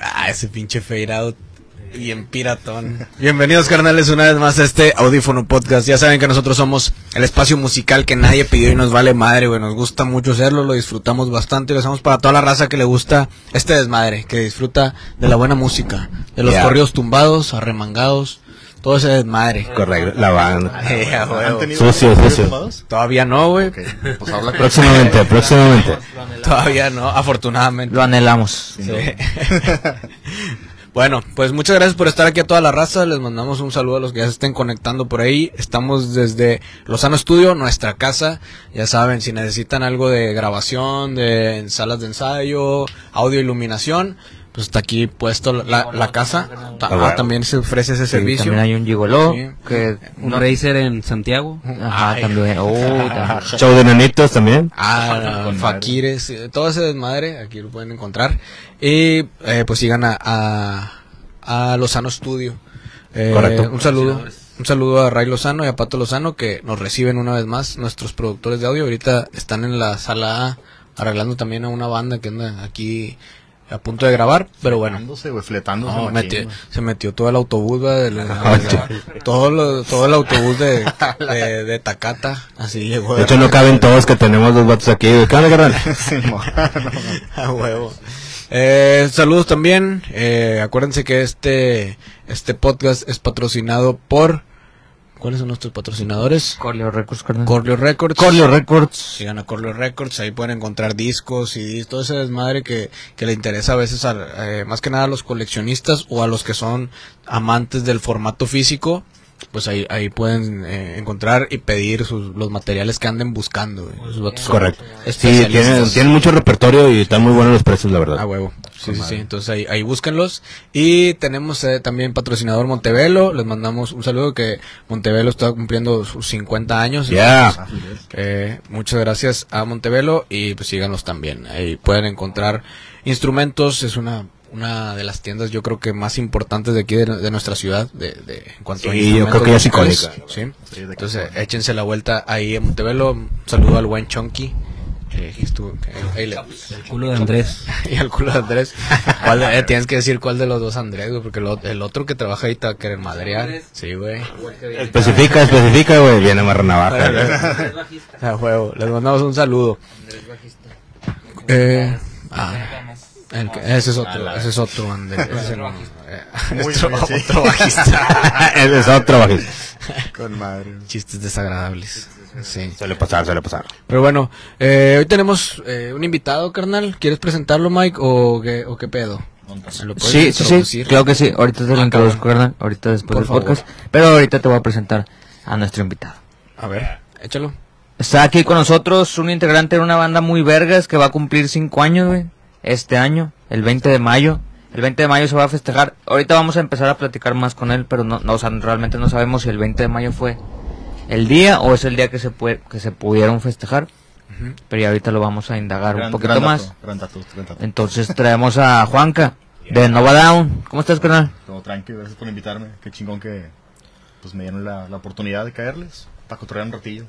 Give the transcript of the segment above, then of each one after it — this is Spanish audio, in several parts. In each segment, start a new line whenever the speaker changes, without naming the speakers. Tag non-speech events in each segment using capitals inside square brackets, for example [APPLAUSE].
Ah, ese pinche fade out. Bien piratón.
Bienvenidos carnales una vez más a este audífono podcast. Ya saben que nosotros somos el espacio musical que nadie pidió y nos vale madre, güey. Nos gusta mucho hacerlo, lo disfrutamos bastante y lo hacemos para toda la raza que le gusta este desmadre, que disfruta de la buena música, de los
Ya.
corridos tumbados, arremangados, todo
[LAUGHS]
ese desmadre.
Correcto, la banda.
Eh, a huevo.
Sucio, sucio.
Todavía no, güey.
Pues habla con-
Próximamente, próximamente.
[LAUGHS] Todavía no, afortunadamente.
Lo anhelamos.
[LAUGHS] Bueno, pues muchas gracias por estar aquí a toda la raza. Les mandamos un saludo a los que ya se estén conectando por ahí. Estamos desde Lozano Studio, nuestra casa. Ya saben, si necesitan algo de grabación, de en salas de ensayo, audio, iluminación, pues está aquí puesto la, la- la casa. Ta- ah,
bueno.
también se ofrece ese servicio.
También hay un gigoló.
Sí.
Que
Un racer en Santiago.
Ajá,
Ay. [LAUGHS]
también. Oh, también.
Show de nenitos también. [LAUGHS]
Ah, no, Faquires, eh, todo ese desmadre, aquí lo pueden encontrar. Y eh, pues sigan a, a, a Lozano Studio. Eh,
Correcto.
Un saludo. Un saludo a Ray Lozano y a Pato Lozano que nos reciben una vez más nuestros productores de audio. Ahorita están en la sala A arreglando también a una banda que anda aquí a punto de grabar, pero bueno.
Fletándose, güey, fletándose.
No,
machín,
metió-
güey.
se metió todo el autobús, va, de
[LAUGHS]
la- todo, lo- todo el autobús de, de, de Tacata, así llegó.
De hecho, no caben todos que tenemos los vatos aquí. güey. ¿Qué onda,
[LAUGHS]
carnal?
Simón.
[LAUGHS]
A huevo. Eh, saludos también. Eh, acuérdense que este, este podcast es patrocinado por. ¿Cuáles son nuestros patrocinadores?
Corleo Records, carnal.
Corleo Records.
Corleo Records.
Sigan a Corleo Records, ahí pueden encontrar discos y todo ese desmadre que, que le interesa a veces a, eh, más que nada a los coleccionistas o a los que son amantes del formato físico. Pues ahí, ahí pueden eh, encontrar y pedir sus, los materiales que anden buscando. güey. Los vatos son
Correcto. Sí,
especialistas.
tienen, tienen mucho repertorio y están muy buenos los precios, la
A
verdad.
huevo. Sí, sí, sí. Entonces ahí, ahí búsquenlos. Y tenemos eh, también patrocinador Montevelo. Les mandamos un saludo que Montevelo está cumpliendo sus 50 años.
Ya.
Eh, muchas gracias a Montevelo y pues síganlos también. Ahí pueden encontrar instrumentos. Es una una de las tiendas yo creo que más importantes de aquí de, de nuestra ciudad de, de- en cuanto a
Sí, yo creo que ya es
instrumentos
icónica.
musicales, ¿sí?
Sí, de
entonces
que-
échense la vuelta ahí en Montevelo un saludo al buen Chonky eh, que estuvo- que ahí le-
El culo de Andrés.
[LAUGHS] y al culo de Andrés. ¿Cuál de- eh, tienes que decir cuál de los dos Andrés, güey, porque lo- el otro que trabaja ahí te va a querer madrear. Sí, [LAUGHS] güey.
Especifica, especifica, güey. Viene Marra Navaja. güey. [LAUGHS]
A huevo. Les mandamos un saludo. Eh, ah, el que- ese es otro, ese es otro Andrés. ese no, eh,
Muy
[LAUGHS] otro-
bien, sí.
otro [LAUGHS] bajista.
Ese es otro bajista.
Con madre. güey.
Chistes desagradables. Sí.
Suele pasar, suele pasar.
Pero bueno, eh, hoy tenemos eh, un invitado, carnal. ¿Quieres presentarlo, Mike, o qué, o qué pedo? ¿Lo puedes
Sí, sí, sí,
introducir?
claro que sí. Ahorita te lo
Ah,
introduzco,
cabrón.
carnal. Ahorita después
Por
del
favor.
podcast. Pero ahorita te voy a presentar a nuestro invitado.
A ver, échalo.
Está aquí con nosotros un integrante de una banda muy vergas que va a cumplir cinco años, güey. Este año, el 20 de mayo. El 20 de mayo se va a festejar. Ahorita vamos a empezar a platicar más con él, pero no, no o sea, realmente no sabemos si el 20 de mayo fue el día o es el día que se, puede, que se pudieron festejar. Pero ya ahorita lo vamos a indagar un
Gran-
poquito
gran
más.
dato, gran dato, gran dato.
Entonces traemos a Juanca de Nova Down. ¿Cómo estás, carnal?
Como tranqui, gracias por invitarme. Qué chingón que pues me dieron la, la oportunidad de caerles. Para cotorrear un ratillo.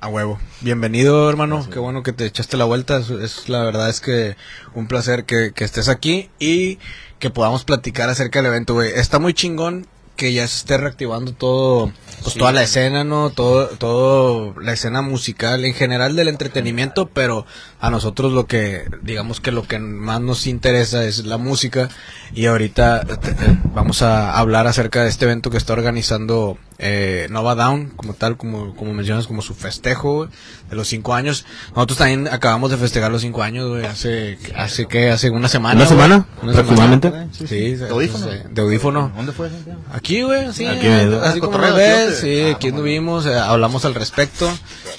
A huevo. Bienvenido, hermano. Qué bueno que te echaste la vuelta. Es, es- la verdad es que un placer que, que estés aquí y que podamos platicar acerca del evento, güey. Está muy chingón que ya se esté reactivando todo, pues toda la escena, ¿no? Todo, todo la escena musical en general del entretenimiento, pero a nosotros lo que, digamos que lo que más nos interesa es la música y ahorita eh, eh, vamos a hablar acerca de este evento que está organizando eh, Nova Down, como tal, como, como mencionas, como su festejo güey, de los cinco años. Nosotros también acabamos de festejar los cinco años, güey, hace, hace que, hace una semana.
¿Una
güey.
semana?
Una
¿Aproximadamente?
Eh,
semana. Sí, de
audífono?
audífono. de audífono.
¿Dónde fue? Santiago?
Aquí, güey, sí.
Aquí,
eh,
¿no?
así como
Cotorreo,
me ves,
aquí, ¿o qué?
sí,
Ah,
aquí
mamá.
anduvimos, eh, hablamos al respecto.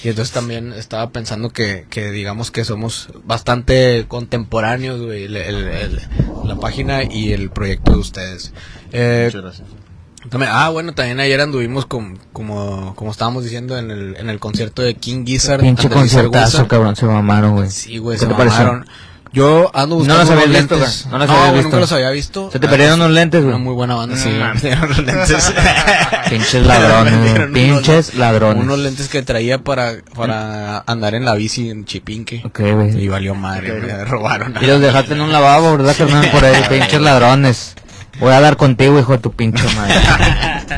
Y entonces también estaba pensando que, que digamos que somos bastante contemporáneos, güey, el- el- el- la página y el proyecto de ustedes. Eh,
Muchas gracias.
también- ah, bueno, también ayer anduvimos con, como, como estábamos diciendo en el, en el concierto de King Gizzard.
Pinche
and the Lizard
conciertazo,
Wizard.
cabrón. Se mamaron, güey.
Sí, güey,
¿Qué
se
te pareció?
mamaron. Yo ando
No
buscando
las habías
unos
visto,
lentes.
güey. No las habías
güey,
visto.
nunca los había visto. Ah,
Se te perdieron unos lentes, güey.
Una muy buena banda, sí.
mames.
[LAUGHS]
[LAUGHS]
Pinches
Me
ladrones,
dieron
güey. pinches ladrones. Mm.
Unos lentes que traía para, para andar en la bici en Chipinque.
Ok, güey.
Y valió madre, me robaron.
Y los dejaste en un lavabo, ¿verdad, carnal?
[LAUGHS]
Por ahí, pinches ladrones. Voy a dar contigo, hijo de tu pinche madre.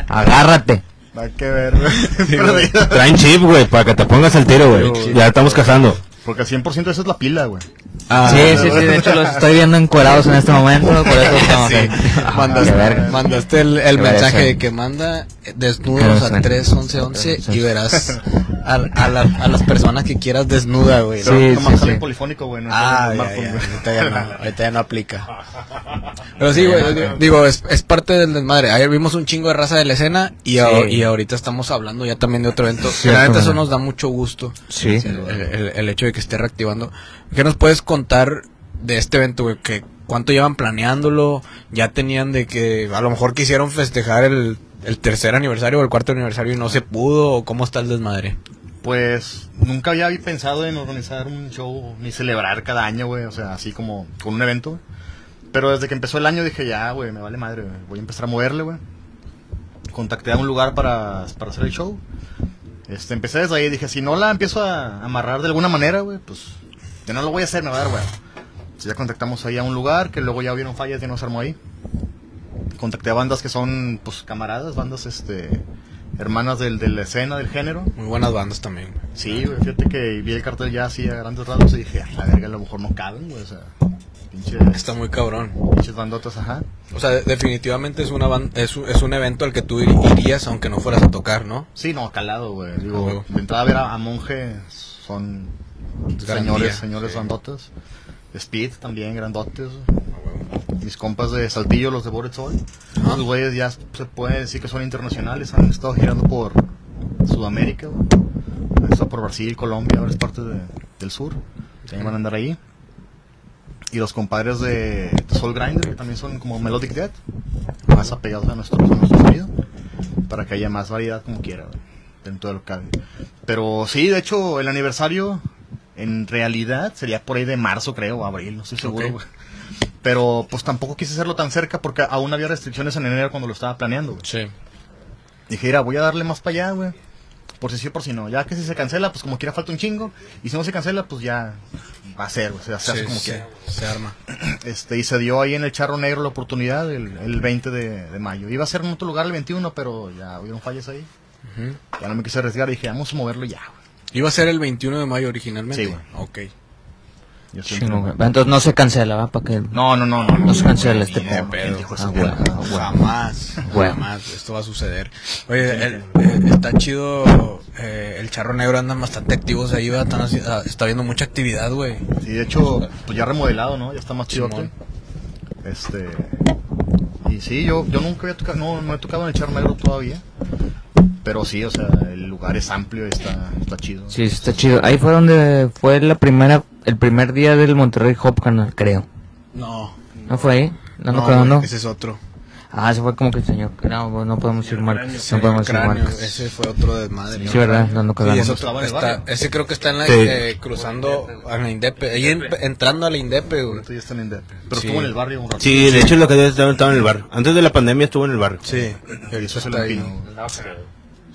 [LAUGHS]
Agárrate.
Va que ver, güey. Perdido.
Traen chip, güey, para que te pongas al tiro, güey. Ya estamos cazando.
Porque al 100% esa es la pila, güey.
Ah,
sí, sí,
[LAUGHS]
sí, de hecho los estoy viendo encuerados en este momento, por eso estamos
sí.
aquí.
Mandaste,
Qué verga.
mandaste el, el
Qué
mensaje
verga.
de que manda eh, desnudos
Qué
a
verga.
3, 11, 11 y
[LAUGHS]
verás a, a, la- a las personas que quieras desnuda, güey.
Pero
Sí,
nomás
sí,
sale
sí.
en polifónico, güey. No
Ah,
sale en
ya,
smartphone,
ya,
güey.
ahorita ya no,
[LAUGHS]
ahorita ya no aplica. Pero sí, güey, digo, es, es parte del desmadre. Ayer vimos un chingo de raza de la escena y, a-
Sí.
y ahorita estamos hablando ya también de otro evento.
Cierto,
la neta, eso
güey.
nos da mucho gusto.
Sí.
El, el- el hecho de que esté reactivando. ¿Qué nos puedes contar de este evento, güey? ¿Que ¿Cuánto llevan planeándolo? ¿Ya tenían de que a lo mejor quisieron festejar el, el tercer aniversario o el cuarto aniversario y no se pudo? ¿O cómo está el desmadre?
Pues nunca había pensado en organizar un show ni celebrar cada año, güey. O sea, así como con un evento, güey. Pero desde que empezó el año dije, ya, güey, me vale madre, güey. Voy a empezar a moverle, güey. Contacté a un lugar para, para hacer el show. Este, empecé desde ahí. Dije, si no la empiezo a amarrar de alguna manera, güey, pues ya no lo voy a hacer, me va a dar, güey. ya contactamos ahí a un lugar que luego ya vieron fallas y nos armó ahí. Contacté a bandas que son, pues, camaradas, bandas, este, hermanas del, de la escena, del género.
Muy buenas bandas también. güey.
Sí, güey, fíjate que vi el cartel ya así a grandes rasgos y dije, a la verga, a lo mejor no caben, güey, o sea, pinches,
Está muy cabrón.
pinches bandotas, ajá.
O sea, de- definitivamente es, una ban- es, un- es un evento al que tú ir- irías aunque no fueras a tocar, ¿no?
Sí, no, calado, güey,
Ah,
digo,
huevo.
de entrada a ver a, a Monje son
Garantía,
señores, señores
sí. Ah,
bandotas. Speed también, grandotes. Mis compas de Saltillo, los de Bored Soul. Los güeyes ya se puede decir que son internacionales, han estado girando por Sudamérica, güey. han estado por Brasil, Colombia, varias partes de- del sur. También van a andar ahí. Y los compadres de Soul Grinder, que también son como Melodic Death, más apegados a nuestro, a nuestro sonido, para que haya más variedad como quiera, güey, dentro de lo que cabe. Pero sí, de hecho, el aniversario en realidad sería por ahí de marzo, creo, o abril, no estoy seguro. güey. Pero pues tampoco quise hacerlo tan cerca porque aún había restricciones en enero cuando lo estaba planeando. güey.
Sí.
Dije, mira, voy a darle más para allá, güey. Por si sí o por si no. Ya que si se cancela, pues como quiera falta un chingo. Y si no se cancela, pues ya va a ser, güey. Se, se hace
Sí,
como
sí,
quiera.
se arma.
Este, y se dio ahí en el Charro Negro la oportunidad el, el 20 de, de mayo. Iba a ser en otro lugar el 21, pero ya hubieron fallas ahí. Ya no me quise arriesgar. Dije, vamos a moverlo ya, güey.
Iba a ser el 21 de mayo originalmente.
Sí, güey.
Ok.
Yo estoy
Chingo,
entrando.
güey. Entonces no se cancela, ¿va? Para que
No, no, no, no.
no se cancela este
Ni de
pedo.
pedo.
Dijo eso,
Ah,
güey.
bueno.
Ah, güey.
Jamás,
Bueno.
jamás, esto va a suceder. Oye, el- eh, está chido, eh, el charro negro andan bastante activos ahí, va, están haci- ah, está viendo mucha actividad, güey.
Sí, de hecho, pues ya remodelado, ¿no? Ya está más chidote.
Simón.
Este. Y sí, yo, yo nunca había tocado, no, no he tocado en el Charro Negro todavía. Pero sí, o sea, el lugar es amplio y está, está chido.
Sí, está chido. Ahí fue donde fue la primera, el primer día del Monterrey Hop Canal, creo.
No,
¿No fue ahí? No, no,
no,
creo,
güey,
no.
ese es otro.
Ah, se fue como que el señor. No, güey, no podemos ir mal. No
Señor
podemos ir
Cráneo,
mal.
ese fue otro desmadre.
Sí, verdad, no, no
Sí,
cagamos.
eso
Estaba en el
está-
barrio.
ese creo que está en la,
Sí.
eh, cruzando a la Indepe, ahí en- entrando a la Indepe, güey.
Ahorita ya está en Endep. Pero
Sí.
estuvo en el barrio un rato.
Sí, de hecho lo que yo estaba, estaba en el barrio. Antes de la pandemia estuvo en el barrio.
Sí, y
Y
ahorita
eso es el
está ahí.
Empino.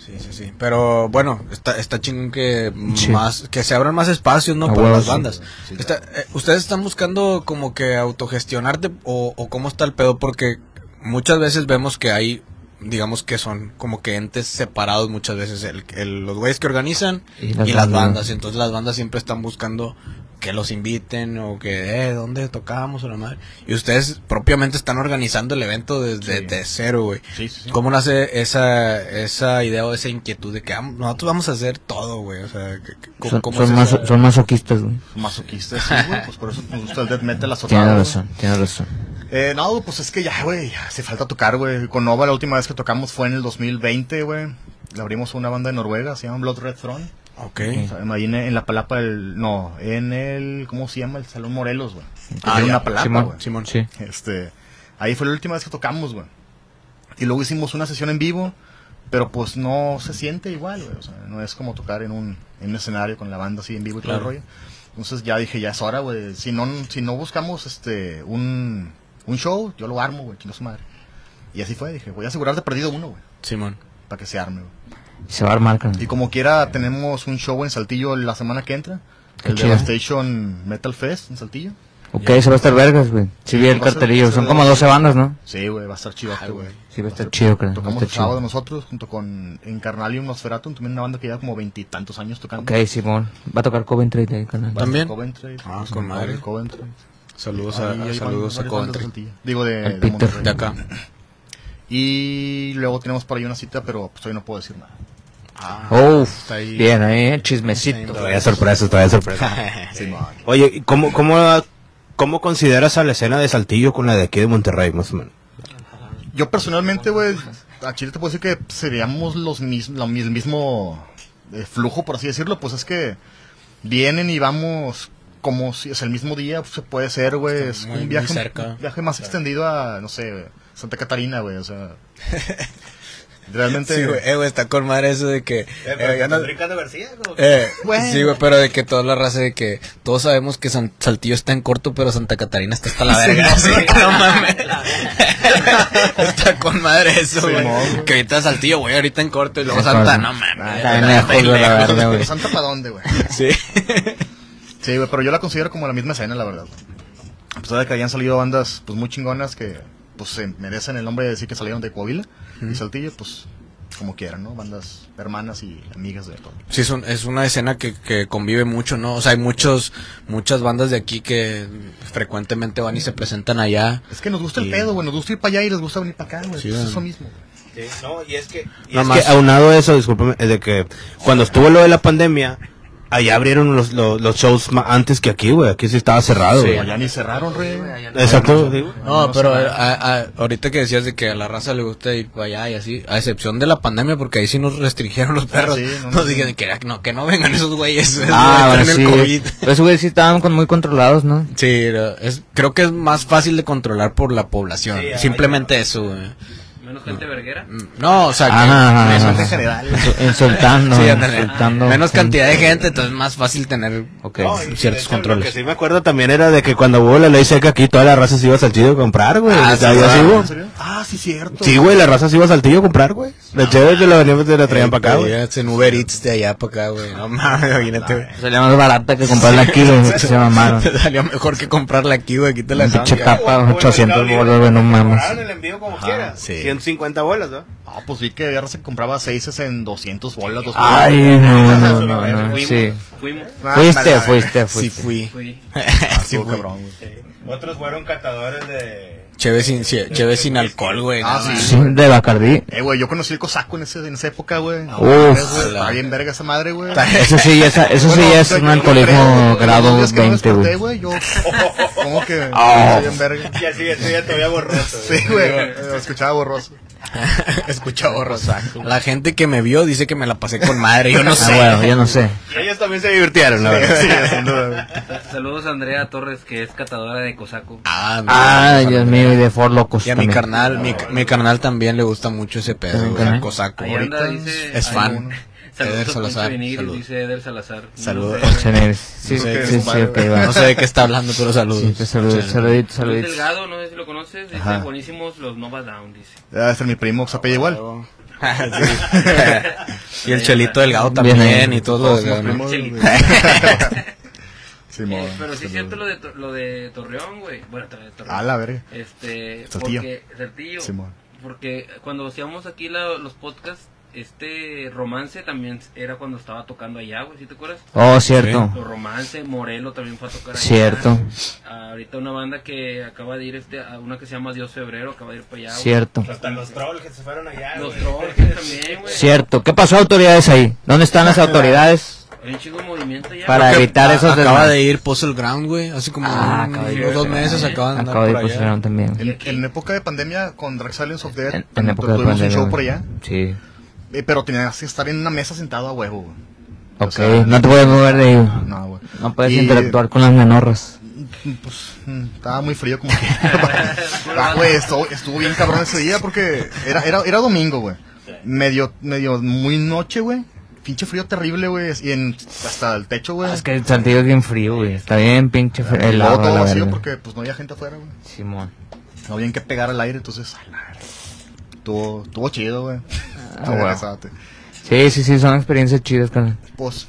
Sí, sí, sí. Pero bueno, está, está chingón que
Sí.
más, que se abran más espacios, ¿no?
A
Para
huevo,
las
sí.
bandas.
Sí,
Está- eh, ¿Ustedes están buscando como que autogestionarte o, o cómo está el pedo? Porque muchas veces vemos que hay, digamos que son como que entes separados muchas veces. El, el- los güeyes que organizan y
Y
las,
las bandas.
bandas. Y entonces las bandas siempre están buscando que los inviten o que, eh, ¿dónde tocamos o la madre? Y ustedes propiamente están organizando el evento desde
Sí.
de cero, güey.
Sí, sí, sí.
¿Cómo nace esa, esa idea o esa inquietud de que am- nosotros vamos a hacer todo, güey? O sea, que- que- ¿cómo,
Son,
cómo
son
es
maso-
esa-
son masoquistas, güey.
Masoquistas, sí, güey, Pues por eso nos gusta el death metal azotado.
Tiene
güey.
razón, tiene razón.
Eh, no, pues es que ya, güey, ya hace falta tocar, güey. Con Nova la última vez que tocamos fue en el 2020, güey. Le abrimos a una banda de Noruega, se llama Blood Red Throne.
Ok.
O sea, ahí en, en la palapa del. No, en el. ¿Cómo se llama? El Salón Morelos, güey.
Ah,
Ah, en
ya.
una palapa,
Simón,
güey.
Simón.
Sí.
Este. Ahí fue la última vez que tocamos, güey. Y luego hicimos una sesión en vivo, pero pues no se siente igual, güey. O sea, no es como tocar en un, en un escenario con la banda así en vivo y todo el rollo. Entonces ya dije, ya es hora, güey. Si no, si no buscamos este un, un show, yo lo armo, güey, chingo su madre. Y así fue, dije, voy a asegurar de perdido uno, güey,
Simón.
para que se arme, güey.
Se va a armar, carnal.
Y como quiera, tenemos un show en Saltillo la semana que entra.
Qué
El
chido.
Devastation Metal Fest en Saltillo.
Ok, se va a estar vergas, güey. Sí, vi el
Va a ser- va
cartelillo.
a ser
Son
de-
como 12 bandas, ¿no?
Sí, güey, va a estar chido, güey.
Sí, va a estar
ser-
chido, creo. Va a
Tocamos
estar
el sábado
chido.
nosotros junto con Encarnalium Nosferatum, también una banda que lleva como veintitantos años tocando.
Ok, Simón. Va a tocar Coventry ahí, carnal.
Va a estar
¿También?
Coventry.
Ah, con madre.
Coventry.
Saludos
Ahí
a,
hay
saludos a
varias bandas de
Coventry.
Saltillo. Digo, de,
El
de
Peter.
Monterrey.
De acá.
Y luego tenemos por ahí una cita, pero pues hoy no puedo decir nada.
Oh,
está ahí. [LAUGHS]
bien ahí, el chismecito.
Todavía sorpresa, todavía sorpresa.
Sí, no,
Oye, ¿y ¿cómo, cómo, cómo consideras a la escena de Saltillo con la de aquí de Monterrey, más o menos?
Yo personalmente, güey, a Chile te puedo decir que seríamos los mismos, el mismo eh, flujo, por así decirlo. Pues es que vienen y vamos como si es el mismo día, pues, se puede ser, güey. Es
muy-
un viaje,
muy cerca.
viaje más extendido a, no sé, Santa Catarina, güey.
[LAUGHS]
O sea, realmente.
Sí, güey, eh, güey, está con madre eso de que... eh, ya no-
Ricardo García?
eh,
Bueno.
Sí, güey, pero de que toda la raza de que todos sabemos que San- Saltillo está en corto, pero Santa Catarina está hasta la verga. Sí, no mames. [LAUGHS] está con madre eso,
Sí,
güey.
no, güey.
que ahorita Saltillo, güey, ahorita en corto y luego
En
Santa,
corto.
no mames.
Está bien lejos, güey, la
Pero
verdad, güey.
Santa para dónde, güey.
[LAUGHS] Sí.
Sí, güey, pero yo la considero como la misma escena, la verdad. A pesar de que hayan salido bandas pues muy chingonas que pues se merecen el nombre de decir que salieron de Coahuila y Saltillo, pues como quieran, ¿no? Bandas hermanas y amigas de todo.
Sí, es, un- es una escena que, que convive mucho, ¿no? O sea, hay muchos, muchas bandas de aquí que frecuentemente van y se presentan allá.
Es que nos gusta
Sí.
el pedo, güey, nos gusta ir para allá y les gusta venir para acá, güey.
Sí,
pues
güey.
eso mismo. güey.
Eh, no, y es que...
Nada más.
aunado a eso, discúlpame, es de que cuando estuvo lo de la pandemia, allá abrieron los, los, los shows ma- antes que aquí, güey. Aquí sí estaba cerrado,
Sí.
güey.
Allá ni cerraron, re.
Exacto. sí, güey.
No, pero a- a- ahorita que decías de que a la raza le gusta ir para allá y así, a excepción de la pandemia, porque ahí sí nos restringieron los perros.
sí,
[LAUGHS]
no,
nos
no.
dijeron que, no, que no vengan esos güeyes. [LAUGHS]
Ah, bueno,
traen el
sí.
COVID.
Pero esos güeyes sí estaban con- muy controlados, ¿no?
Sí, era- es, creo que es más fácil de controlar por la población. Simplemente eso, güey.
Menos gente verguera.
No, o sea, que
Ajá,
menos,
ajá,
En
ajá.
general, güey.
Insu-
[LAUGHS]
Insultando,
sí, ándale.
insultando.
menos
Sí.
cantidad de gente, entonces es más fácil tener
Ok.
No, y de
ciertos
hecho,
controles.
Lo que sí me acuerdo también era de que cuando hubo la ley seca aquí, toda la raza se iba a Saltillo a comprar, güey.
Ah,
O sea,
sí,
yo
¿verdad?
sí, güey.
¿En serio? Ah, sí, cierto.
Sí, güey, la raza se iba a Saltillo a comprar, güey. La chévere que la veníamos de la traían para acá, güey.
Eh, En Uber Eats de allá para acá, güey. No mames, imagínate, güey.
Salía más barata que comprarla
[LAUGHS]
aquí, güey. Se mamaron.
Te salió mejor que comprarla aquí, güey. Quítale la
Pinche capa, 800 bolas, güey, no mames.
el envío como
quiera.
sí.
150 bolas, ¿no?
Ah, pues vi que Garra se compraba seises en 200 bolas, dos
Ay,
bolas.
no, no, no, no, sí.
Fuimos.
Fuiste, fuiste,
Sí
fuiste.
fui.
Ah,
[LAUGHS] Sí,
estuvo
güey.
cabrón, güey.
Otros fueron catadores de...
Cheve sin, sí, cheve sin alcohol, güey.
Ah,
no,
sí.
Sí, de Bacardí.
Eh, güey, yo conocí el cosaco en, ese, en esa época, güey. No,
Uf.
mames, güey, Está bien verga esa madre, güey.
Eso sí, ya es- eso sí
Bueno,
ya es
yo-
un
yo
alcoholismo
creo,
grado
los días que no
20, güey.
desperté, Yo, ¿cómo
[LAUGHS]
que?
Ah.
Soy bien verga.
Y así, así ya te había borroso.
Sí, güey. eh, Escuchaba
[LAUGHS]
borroso.
Escuchaba borrosaco. La gente que me vio dice que me la pasé con madre. Yo no
Ah,
sé.
bueno, yo no sé.
Y ellos también se divirtieron, la verdad.
Sí, sin duda, güey.
[LAUGHS] Saludos a Andrea Torres, que es catadora de Cosaco.
Ah, mira,
Ay, Dios mío, y de Ford Locos
Y a mi
también.
carnal, mi, mi carnal también le gusta mucho ese pedo, güey.
Ajá.
El cosaco.
Ahí anda,
Ahorita
dice-
es
ahí
fan.
uno.
Saludos
Eder
a Poncho
Salazar,
Benítez,
saludos.
dice Eder Salazar.
Saludos.
No sé.
Chenel. Sí,
No sé
sí,
qué
sí,
es,
ok,
compadre.
va.
No sé de qué está hablando, pero
Sí,
saludos.
te saludo, saluditos,
Luis
saluditos.
Delgado, no sé si lo conoces, dice
Ajá.
buenísimos los Nova Down, dice.
Debe de ser mi primo, se apellida igual.
[LAUGHS] y el chelito delgado
Bien
también
ahí.
y todos
Todos
los
somos
delgados, ¿no?
primos. güey. [LAUGHS]
Chelito.
Sí,
Eh,
mo.
pero sí es cierto lo de, Tor- lo de Torreón, güey. Bueno, Tor- Torreón.
A la verga.
Este,
Saltillo.
porque Saltillo,
Simón.
porque cuando hacíamos aquí la- los podcasts, este romance también era cuando estaba tocando allá, güey, ¿sí te acuerdas?
Oh, cierto.
Los romance, Morelo también fue a tocar allá.
Cierto.
Ahorita una banda que acaba de ir, este, a una que se llama Dios Febrero, acaba de ir para allá. güey.
Cierto.
Hasta los trolls que se fueron allá,
Los Trolls también, güey.
Cierto. ¿Qué pasó, autoridades ahí? ¿Dónde están las
[LAUGHS]
autoridades?
Hay un chingo de movimiento allá.
Para
Creo que-
evitar
Ah,
esos
Acaba
desmanes.
de ir Puzzle Ground, güey. Hace como
Ah,
un-
acaba de ir.
unos dos meses acaban de andar
Acabo de
por allá.
posicionar también.
En, en época de pandemia con Drag Silence of Death,
En, en época de
tuvimos
pandemia.
un show
güey.
por allá,
Sí.
eh, pero tenías que estar en una mesa sentado a huevo. güey. O
Ok,
sea,
no te puedes mover de ahí. güey.
No, güey.
No puedes
Y-
interactuar con las menorras.
Pues mm, estaba muy frío como que. [LAUGHS] Ah, güey, estuvo, estuvo bien cabrón ese día porque era, era, era domingo, güey. Medio, medio muy noche, güey. pinche frío terrible, güey. Y en, hasta el techo, güey.
Ah, Es que el Santiago es bien frío, güey. Está bien pinche frío.
Y
El
luego todo
agua,
vacío
verga.
porque pues no había gente afuera, güey.
Simón.
No había en qué pegar al aire, entonces, a la verga. Estuvo, estuvo chido, güey.
Ah,
Te
bueno.
regresaste.
Sí, sí, sí, son experiencias chidas, carnal.
Pues,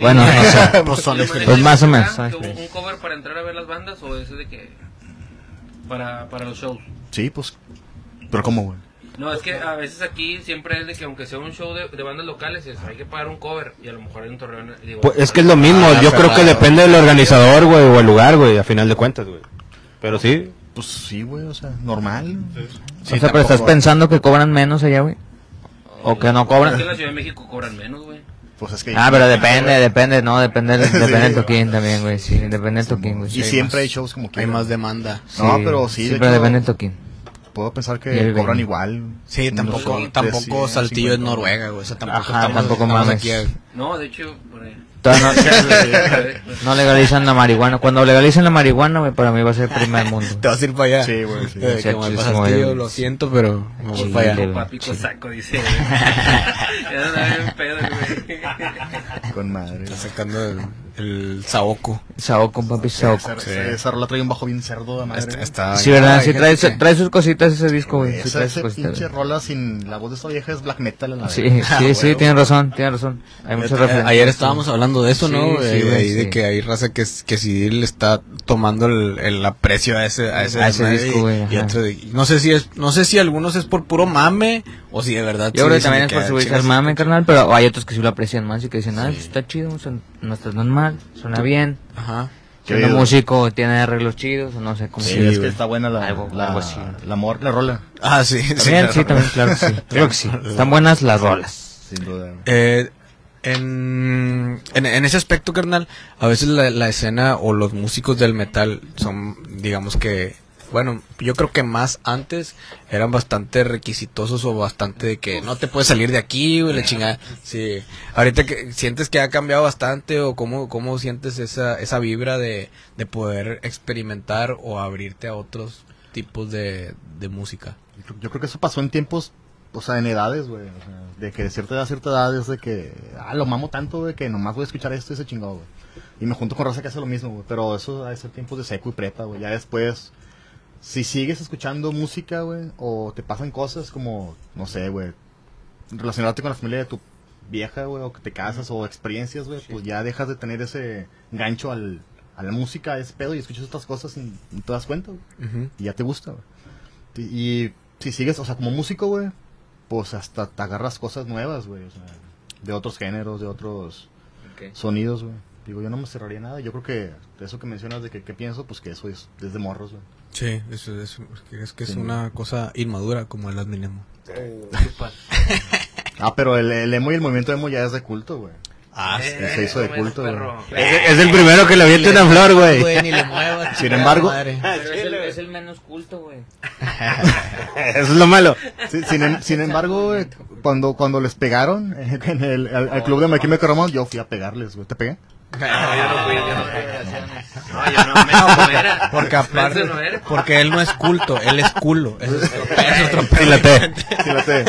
Bueno, no sé.
[LAUGHS] pues son
¿Le
experiencias.
Pues más o menos, son
manejan que un- ¿Un
experiencias.
cover para entrar a ver las bandas o ese de que. Para, para los shows?
Sí, pues. Pero ¿cómo, güey?
No, es que a veces aquí siempre es de que aunque sea un show de, de bandas locales, es, hay que pagar un cover y a lo mejor en Torreón. Digo,
Pues es que es lo mismo,
Ah,
yo creo que depende del organizador, güey, o el lugar, güey, a final de cuentas, güey. Pero sí,
Pues sí, güey, o sea, normal.
o sea, pero estás pensando que cobran menos allá, güey. O que no
Aquí en
cobran.
la Ciudad de México cobran menos, güey.
Pues es que.
Ah, pero depende, depende, no, depende, del- depende del
[LAUGHS] Sí.
toquín también, güey. Sí, depende del toquín, güey.
Y
Sí,
siempre
más.
hay shows como que.
Hay más demanda.
No, pero sí, de
Siempre
hecho-
depende del toquín.
Puedo pensar
Y
que
el
cobran
veinte.
igual.
Sí,
Unos
tampoco,
veinte,
tampoco
cien,
Saltillo es
cincuenta.
Noruega, güey. O sea, tampoco
Ajá,
estamos,
tampoco
estamos
mames.
aquí. a-
No, de hecho, por ahí.
Todavía
[LAUGHS]
no, [LAUGHS] no legalizan la marihuana. Cuando legalicen la marihuana, güey, para mí va a ser primer mundo.
[LAUGHS]
Te vas a ir para allá.
Sí, güey, sí.
Eh,
Sí,
como el
sí, sí,
Saltillo,
güey.
lo siento, pero vamos
Chile,
para allá.
güey.
Papico
Sí.
saco, dice. [LAUGHS] ya no hay pedo, güey.
Con madre.
Está sacando el, el saoco.
Saoco, papi, saoco.
Esa- Esa rola trae un bajo bien cerdo de madre.
Está,
güey.
está-
Sí, ¿verdad?
Ay,
Sí,
gente
trae,
que-
trae sus cositas ese disco, güey. Sí,
Esa,
trae sus
esa
cositas.
pinche rola sin la voz de esta vieja es black metal a la
Sí,
verga. Ah,
sí, sí, tienes razón, tienes razón. Hay muchas
Eh,
referencias.
Ayer estábamos hablando de eso,
Sí,
¿no?
sí,
Eh, de
güey,
ahí de
sí.
que hay raza que, s- que sí le está tomando el, el aprecio a ese, a ese,
A ese
desmadre
disco,
y-
güey,
y
ajá.
otro de- no sé si es, no sé si algunos es por puro mame o si de verdad.
Yo
sí
creo que
dicen
también es
de
por
ah,
subirse
chingas,
al mame, carnal, pero hay otros que sí lo aprecian más y que dicen, ah, pues, está chido, o sea, no está tan mal, suena bien,
Ajá.
siendo
Chido.
músico, tiene arreglos chidos, o no sé cómo
Sí,
se
es
dice.
que está buena la,
Algo-
la,
algo así.
la, mor- la rola,
Ah, sí. [LAUGHS] sí,
También,
claro.
sí, también, claro que sí. Creo que sí. Están buenas las rolas.
sin duda. güey.
Eh, en, en, en ese aspecto, carnal, a veces la, la escena o los músicos del metal son, digamos que, bueno, yo creo que más antes eran bastante requisitosos o bastante de que no te puedes salir de aquí, güey, la chingada. Sí. Ahorita que sientes que ha cambiado bastante o cómo, cómo sientes esa, esa vibra de, de poder experimentar o abrirte a otros tipos de, de música.
Yo creo- Yo creo que eso pasó en tiempos, o sea, en edades, güey. o sea, de que de cierta edad a cierta edad es de que, ah, lo mamo tanto, güey, que nomás voy a escuchar esto y se chingado, güey. Y me junto con raza que hace lo mismo, güey. Pero eso ha de ser tiempos de seco y prepa, güey. Ya después, si sigues escuchando música, güey, o te pasan cosas como, no sé, güey, relacionarte con la familia de tu vieja, güey, o que te casas, o experiencias, güey, pues ya dejas de tener ese gancho al, a la música, a ese pedo, y escuchas otras cosas y no te das cuenta, güey y ya te gusta, güey. Ti- Y si sigues, o sea, como músico, güey, pues hasta te agarras cosas nuevas, güey, o sea, de otros géneros, de otros sonidos, güey. Digo, yo no me cerraría nada. Yo creo que eso que mencionas de que, que pienso, pues que eso es desde morros, güey.
Sí, eso, eso es que es
Sí.
una cosa inmadura como el adminismo.
Ah, pero el, el emo y el movimiento emo ya es de culto, güey.
Ah,
sí, se hizo de culto, güey.
es, es el primero que le avienta una
[LAUGHS]
flor, güey.
ni le muevas.
Sin embargo-
es, el, menos culto, güey.
Eso es lo malo.
Sí, sin, em- sin embargo, güey, cuando, cuando les pegaron [LAUGHS] eh, en el, al, al club de My Chemical Romance, yo fui a pegarles, güey. ¿Te pegué?
No, yo no fui, yo no fui.
Ah,
No, yo no, Menso no era.
porque aparte,
Menso no era.
porque él no es culto, él es culo. Eso es otro pe- es otro pe-
Y la T.
Sí, la te-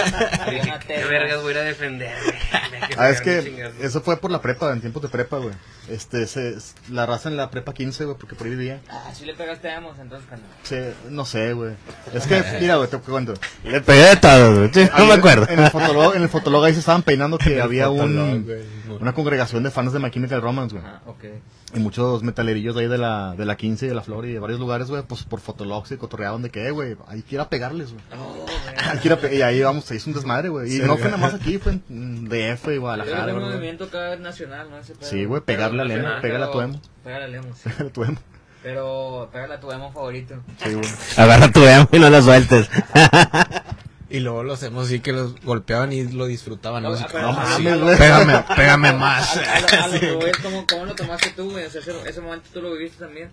Qué vergas voy a ir a defender, güey. Me
Ah, es
pegaron
que
chingazo.
eso fue por la prepa, en tiempos de prepa, güey. Este, se- s- la raza en la prepa 15, güey, porque por ahí vivía.
Así le pegaste a Emos, entonces,
Se- no sé, güey. Es que, mira, güey, te cuento.
Le pegué de todo, güey. Sí, [LAUGHS] No
Ahí
me acuerdo.
En el fotolog, en el fotolog ahí se estaban peinando que había
fotolog,
un,
güey.
una congregación de fans de My Chemical Romance, güey.
Ah, ok.
Y muchos metalerillos de ahí de la, de la 15 y de la Flor y de varios lugares, güey, pues por fotolog se cotorreaban de que, eh, güey, ahí quiera pegarles, güey. Ahí quiera pe- y ahí vamos, se hizo un desmadre, güey. Y no fue nada más aquí, fue en DF y Guadalajara, güey. [LAUGHS]
cada vez nacional, ¿no? Ese pedo.
Sí, güey, pegarle al emo,
Pero-
pegarle a tu emo.
Pégale a Emos.
Tu emo.
Pero pégale a tu emo favorito.
Sí, güey.
Agarra tu emo y no la sueltes.
Y luego los hacemos así que los golpeaban y lo disfrutaban. ¿no?
No,
Así
ah,
que,
pero-
no,
ah,
sí,
pero-
pégame, pégame más. [LAUGHS]
A, a lo- a lo que voy es como, ¿cómo lo tomaste tú, güey? O sea, ese, ese momento tú lo viviste también.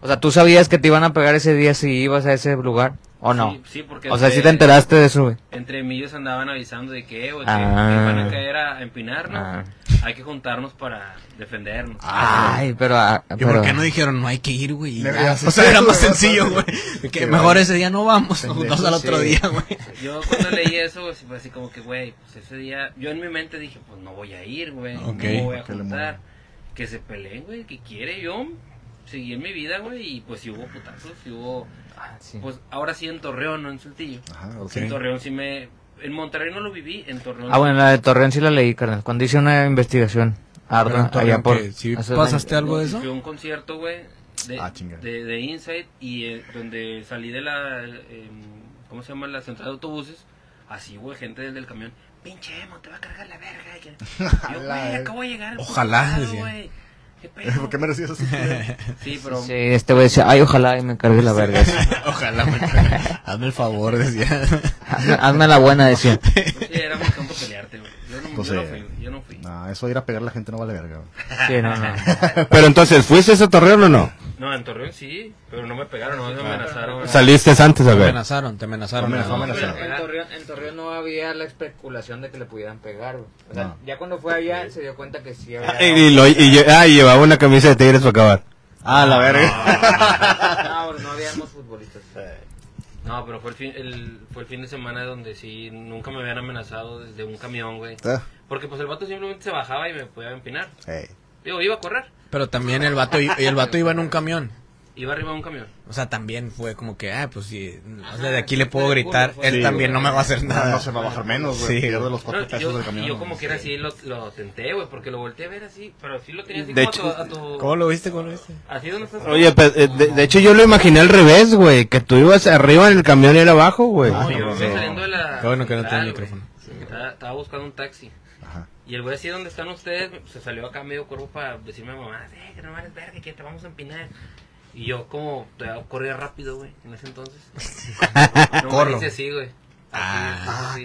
O sea, ¿tú sabías que te iban a pegar ese día si ibas a ese lugar o no?
Sí, sí, porque
o sea,
entre-
si te enteraste de eso, güey.
Entre millos andaban avisando de que, eh, güey, que,
Ah.
que van a caer a empinar, ¿no?
Ah.
hay que juntarnos para defendernos.
Ay, pero. ah,
¿Y
pero-
por qué no dijeron, no hay que ir, güey? y
Le-
ya?
ya,
o
sí,
sea, era
sí,
más
sí,
sencillo,
sí,
güey.
sí,
Que
sí,
mejor
güey.
ese día no vamos, nos
Pendejo,
juntamos al otro
sí.
día, güey.
Yo cuando leí eso, güey, sí fue así como que, güey, pues ese día, yo en mi mente dije, pues no voy a ir, güey,
Ok.
no me voy a
Que le
juntar.
muevan.
Que se peleen, güey, que quiere, yo seguí en mi vida, güey, y pues si hubo putazos, si hubo,
Ah, sí. Ah,
pues ahora sí en Torreón, no en Saltillo.
Ajá, ok.
En Torreón sí me, en Monterrey no lo viví, en Torreón.
Ah, bueno, la de Torreón sí la leí, carnal. Cuando hice una investigación
Pero en
ardua,
Torreón,
allá por.
¿qué? ¿Sí
hace un
pasaste
año.
algo de eso?
Fui a un concierto, güey, de,
Ah, chinga.
de, de Inside, y eh, donde salí de la, eh, ¿cómo se llama? La central de autobuses, así, güey, gente del, del camión, pinche emo, te va a cargar la
[LAUGHS]
verga. y que- Yo,
La
güey,
verga.
acabo de llegar. al
Ojalá,
puto lado,
decía.
güey.
[LAUGHS]
¿Qué pedo?
[LAUGHS] ¿Por qué me decías así?
Sí, pero
Sí, este güey decía, ay, ojalá y me cargue la verga.
[LAUGHS]
Ojalá, güey. Hazme el favor, decía.
hazme, hazme la buena, decía.
pues, sí, era muy campo pelearte, güey. Yo no,
Pues,
yo no
eh,
fui, güey, yo no fui. No.
Nah, eso de ir a pegar a la gente no vale verga.
[LAUGHS]
güey.
[LAUGHS] Sí, no, no.
Pero entonces, ¿fuiste a ese torreón o no?
en Torreón sí, pero no me pegaron, no me amenazaron.
Saliste antes a
Te
ver.
amenazaron, te amenazaron.
Amenazó,
¿no?
amenazó.
En Torreón, en Torreón no había la especulación de que le pudieran pegar. güey. O sea,
No.
ya cuando fue allá se dio cuenta que sí había.
Ah, Y, y lo- y lle- ah, y llevaba una camisa de tigres para acabar. Ah, la verga.
[LAUGHS]
No, no habíamos futbolistas.
No, pero fue el, fin, el, fue el fin de semana donde sí, nunca me habían amenazado desde un camión, güey.
Ah,
Porque pues el vato simplemente se bajaba y me podía empinar.
ey.
Digo, iba a correr,
Pero también el vato, i- el vato iba en un camión.
iba arriba de un camión.
O sea, también fue como que, ah, pues sí, o sea, de
Ajá,
aquí le puedo
fue de
gritar,
culo, fue
él
de
también
culo.
no me va a hacer
Ah, No,
nada.
no se va a bajar menos, güey.
Sí.
Pierde los cuatro
No,
pesos
yo,
del camión.
y yo
güey.
como que era así, lo, lo tenté, güey, porque lo volteé a ver así, pero sí lo tenía así
De
como a tu... a tu-
¿Cómo lo viste? ¿Cómo lo
[LAUGHS]
viste?
Así donde estás.
Oye, pues, eh, de, de hecho yo lo imaginé al revés, güey. Que tú ibas arriba en el camión y él abajo, güey.
No, yo vengo saliendo de la.
Qué bueno que no
central,
tiene
güey.
micrófono.
Sí, Estaba, estaba buscando un taxi.
Ajá.
Y el güey así, ¿dónde están ustedes? Se salió acá medio cuervo para decirme a mamá, eh, que no eres verga, que te vamos a empinar. Y yo como todavía corría rápido, güey, en ese entonces. No me
Corro.
dice así, güey. Ah, ¿qué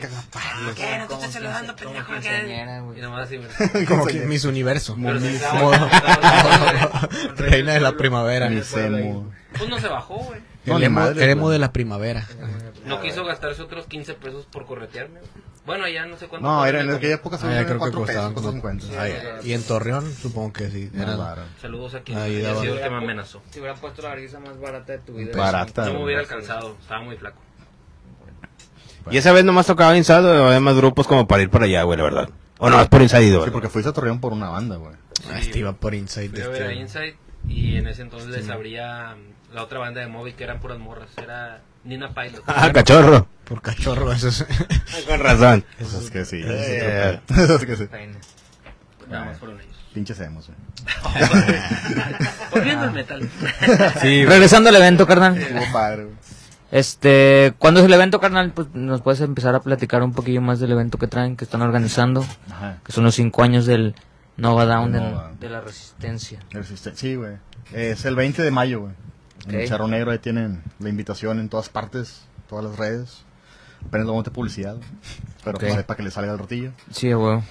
¿Qué? No te estoy saludando, pendejo.
que
¿qué?
enseñara, güey.
Y nomás así,
[LAUGHS]
güey.
Como que Miss Universo.
Pero sí estaba-
Modo-
estaba-
[LAUGHS]
estaba-
Reina de la primavera.
Ni se mu-
Pues no se bajó, güey.
No,
El
ni
emo,
madre,
el emo
güey.
de la primavera. Ah,
No quiso gastarse otros 15 pesos por corretearme. güey. Bueno, ya no sé cuánto.
No,
fue,
era en
me
aquella época
Ah, ya
solo
creo que
cuatro pesos,
costaban
cuatro
como-
cincuenta.
Ah, ya. Y en Torreón, supongo que sí.
Más
eran-
barato.
Saludos a quien
Ahí
haya
daba.
sido el que me amenazó.
Si hubieran puesto la vergüenza más barata de tu vida.
Barata.
No me hubiera alcanzado, estaba muy flaco.
Y esa vez nomás tocaba Inside o había más grupos como para ir para allá, güey, la verdad. O no, es por Inside,
Sí,
güey.
porque fuiste a Torreón por una banda, güey.
Ah, este iba por Inside.
Fui a ver a
este.
Inside y en ese entonces les abría mm, la otra banda de móvil que eran puras morras. Era Nina Pilot.
Ah, cachorro.
Por cachorro, eso
[LAUGHS]
es.
Con razón.
Eso es que sí.
Eh,
ese [LAUGHS] es otro pedo. Eso es que sí.
Nada más fueron ellos. [LAUGHS]
Pinches emos,
[LAUGHS]
güey.
Volviendo al metal.
Sí, regresando al evento, carnal.
Estuvo padre, güey.
Este, ¿cuándo es el evento, carnal? Pues nos puedes empezar a platicar un poquillo más del evento que traen, que están organizando,
Ajá.
que son los cinco años del Nova Down en-
Nova.
de la Resistencia.
El siste- Sí, güey. Es el 20 de mayo, güey. En
Ok.
el Charro Negro ahí tienen la invitación en todas partes, todas las redes. Apenas vamos a hacer publicidad, güey. pero pues,
Ok.
para que le salga el ratillo.
Sí, güey.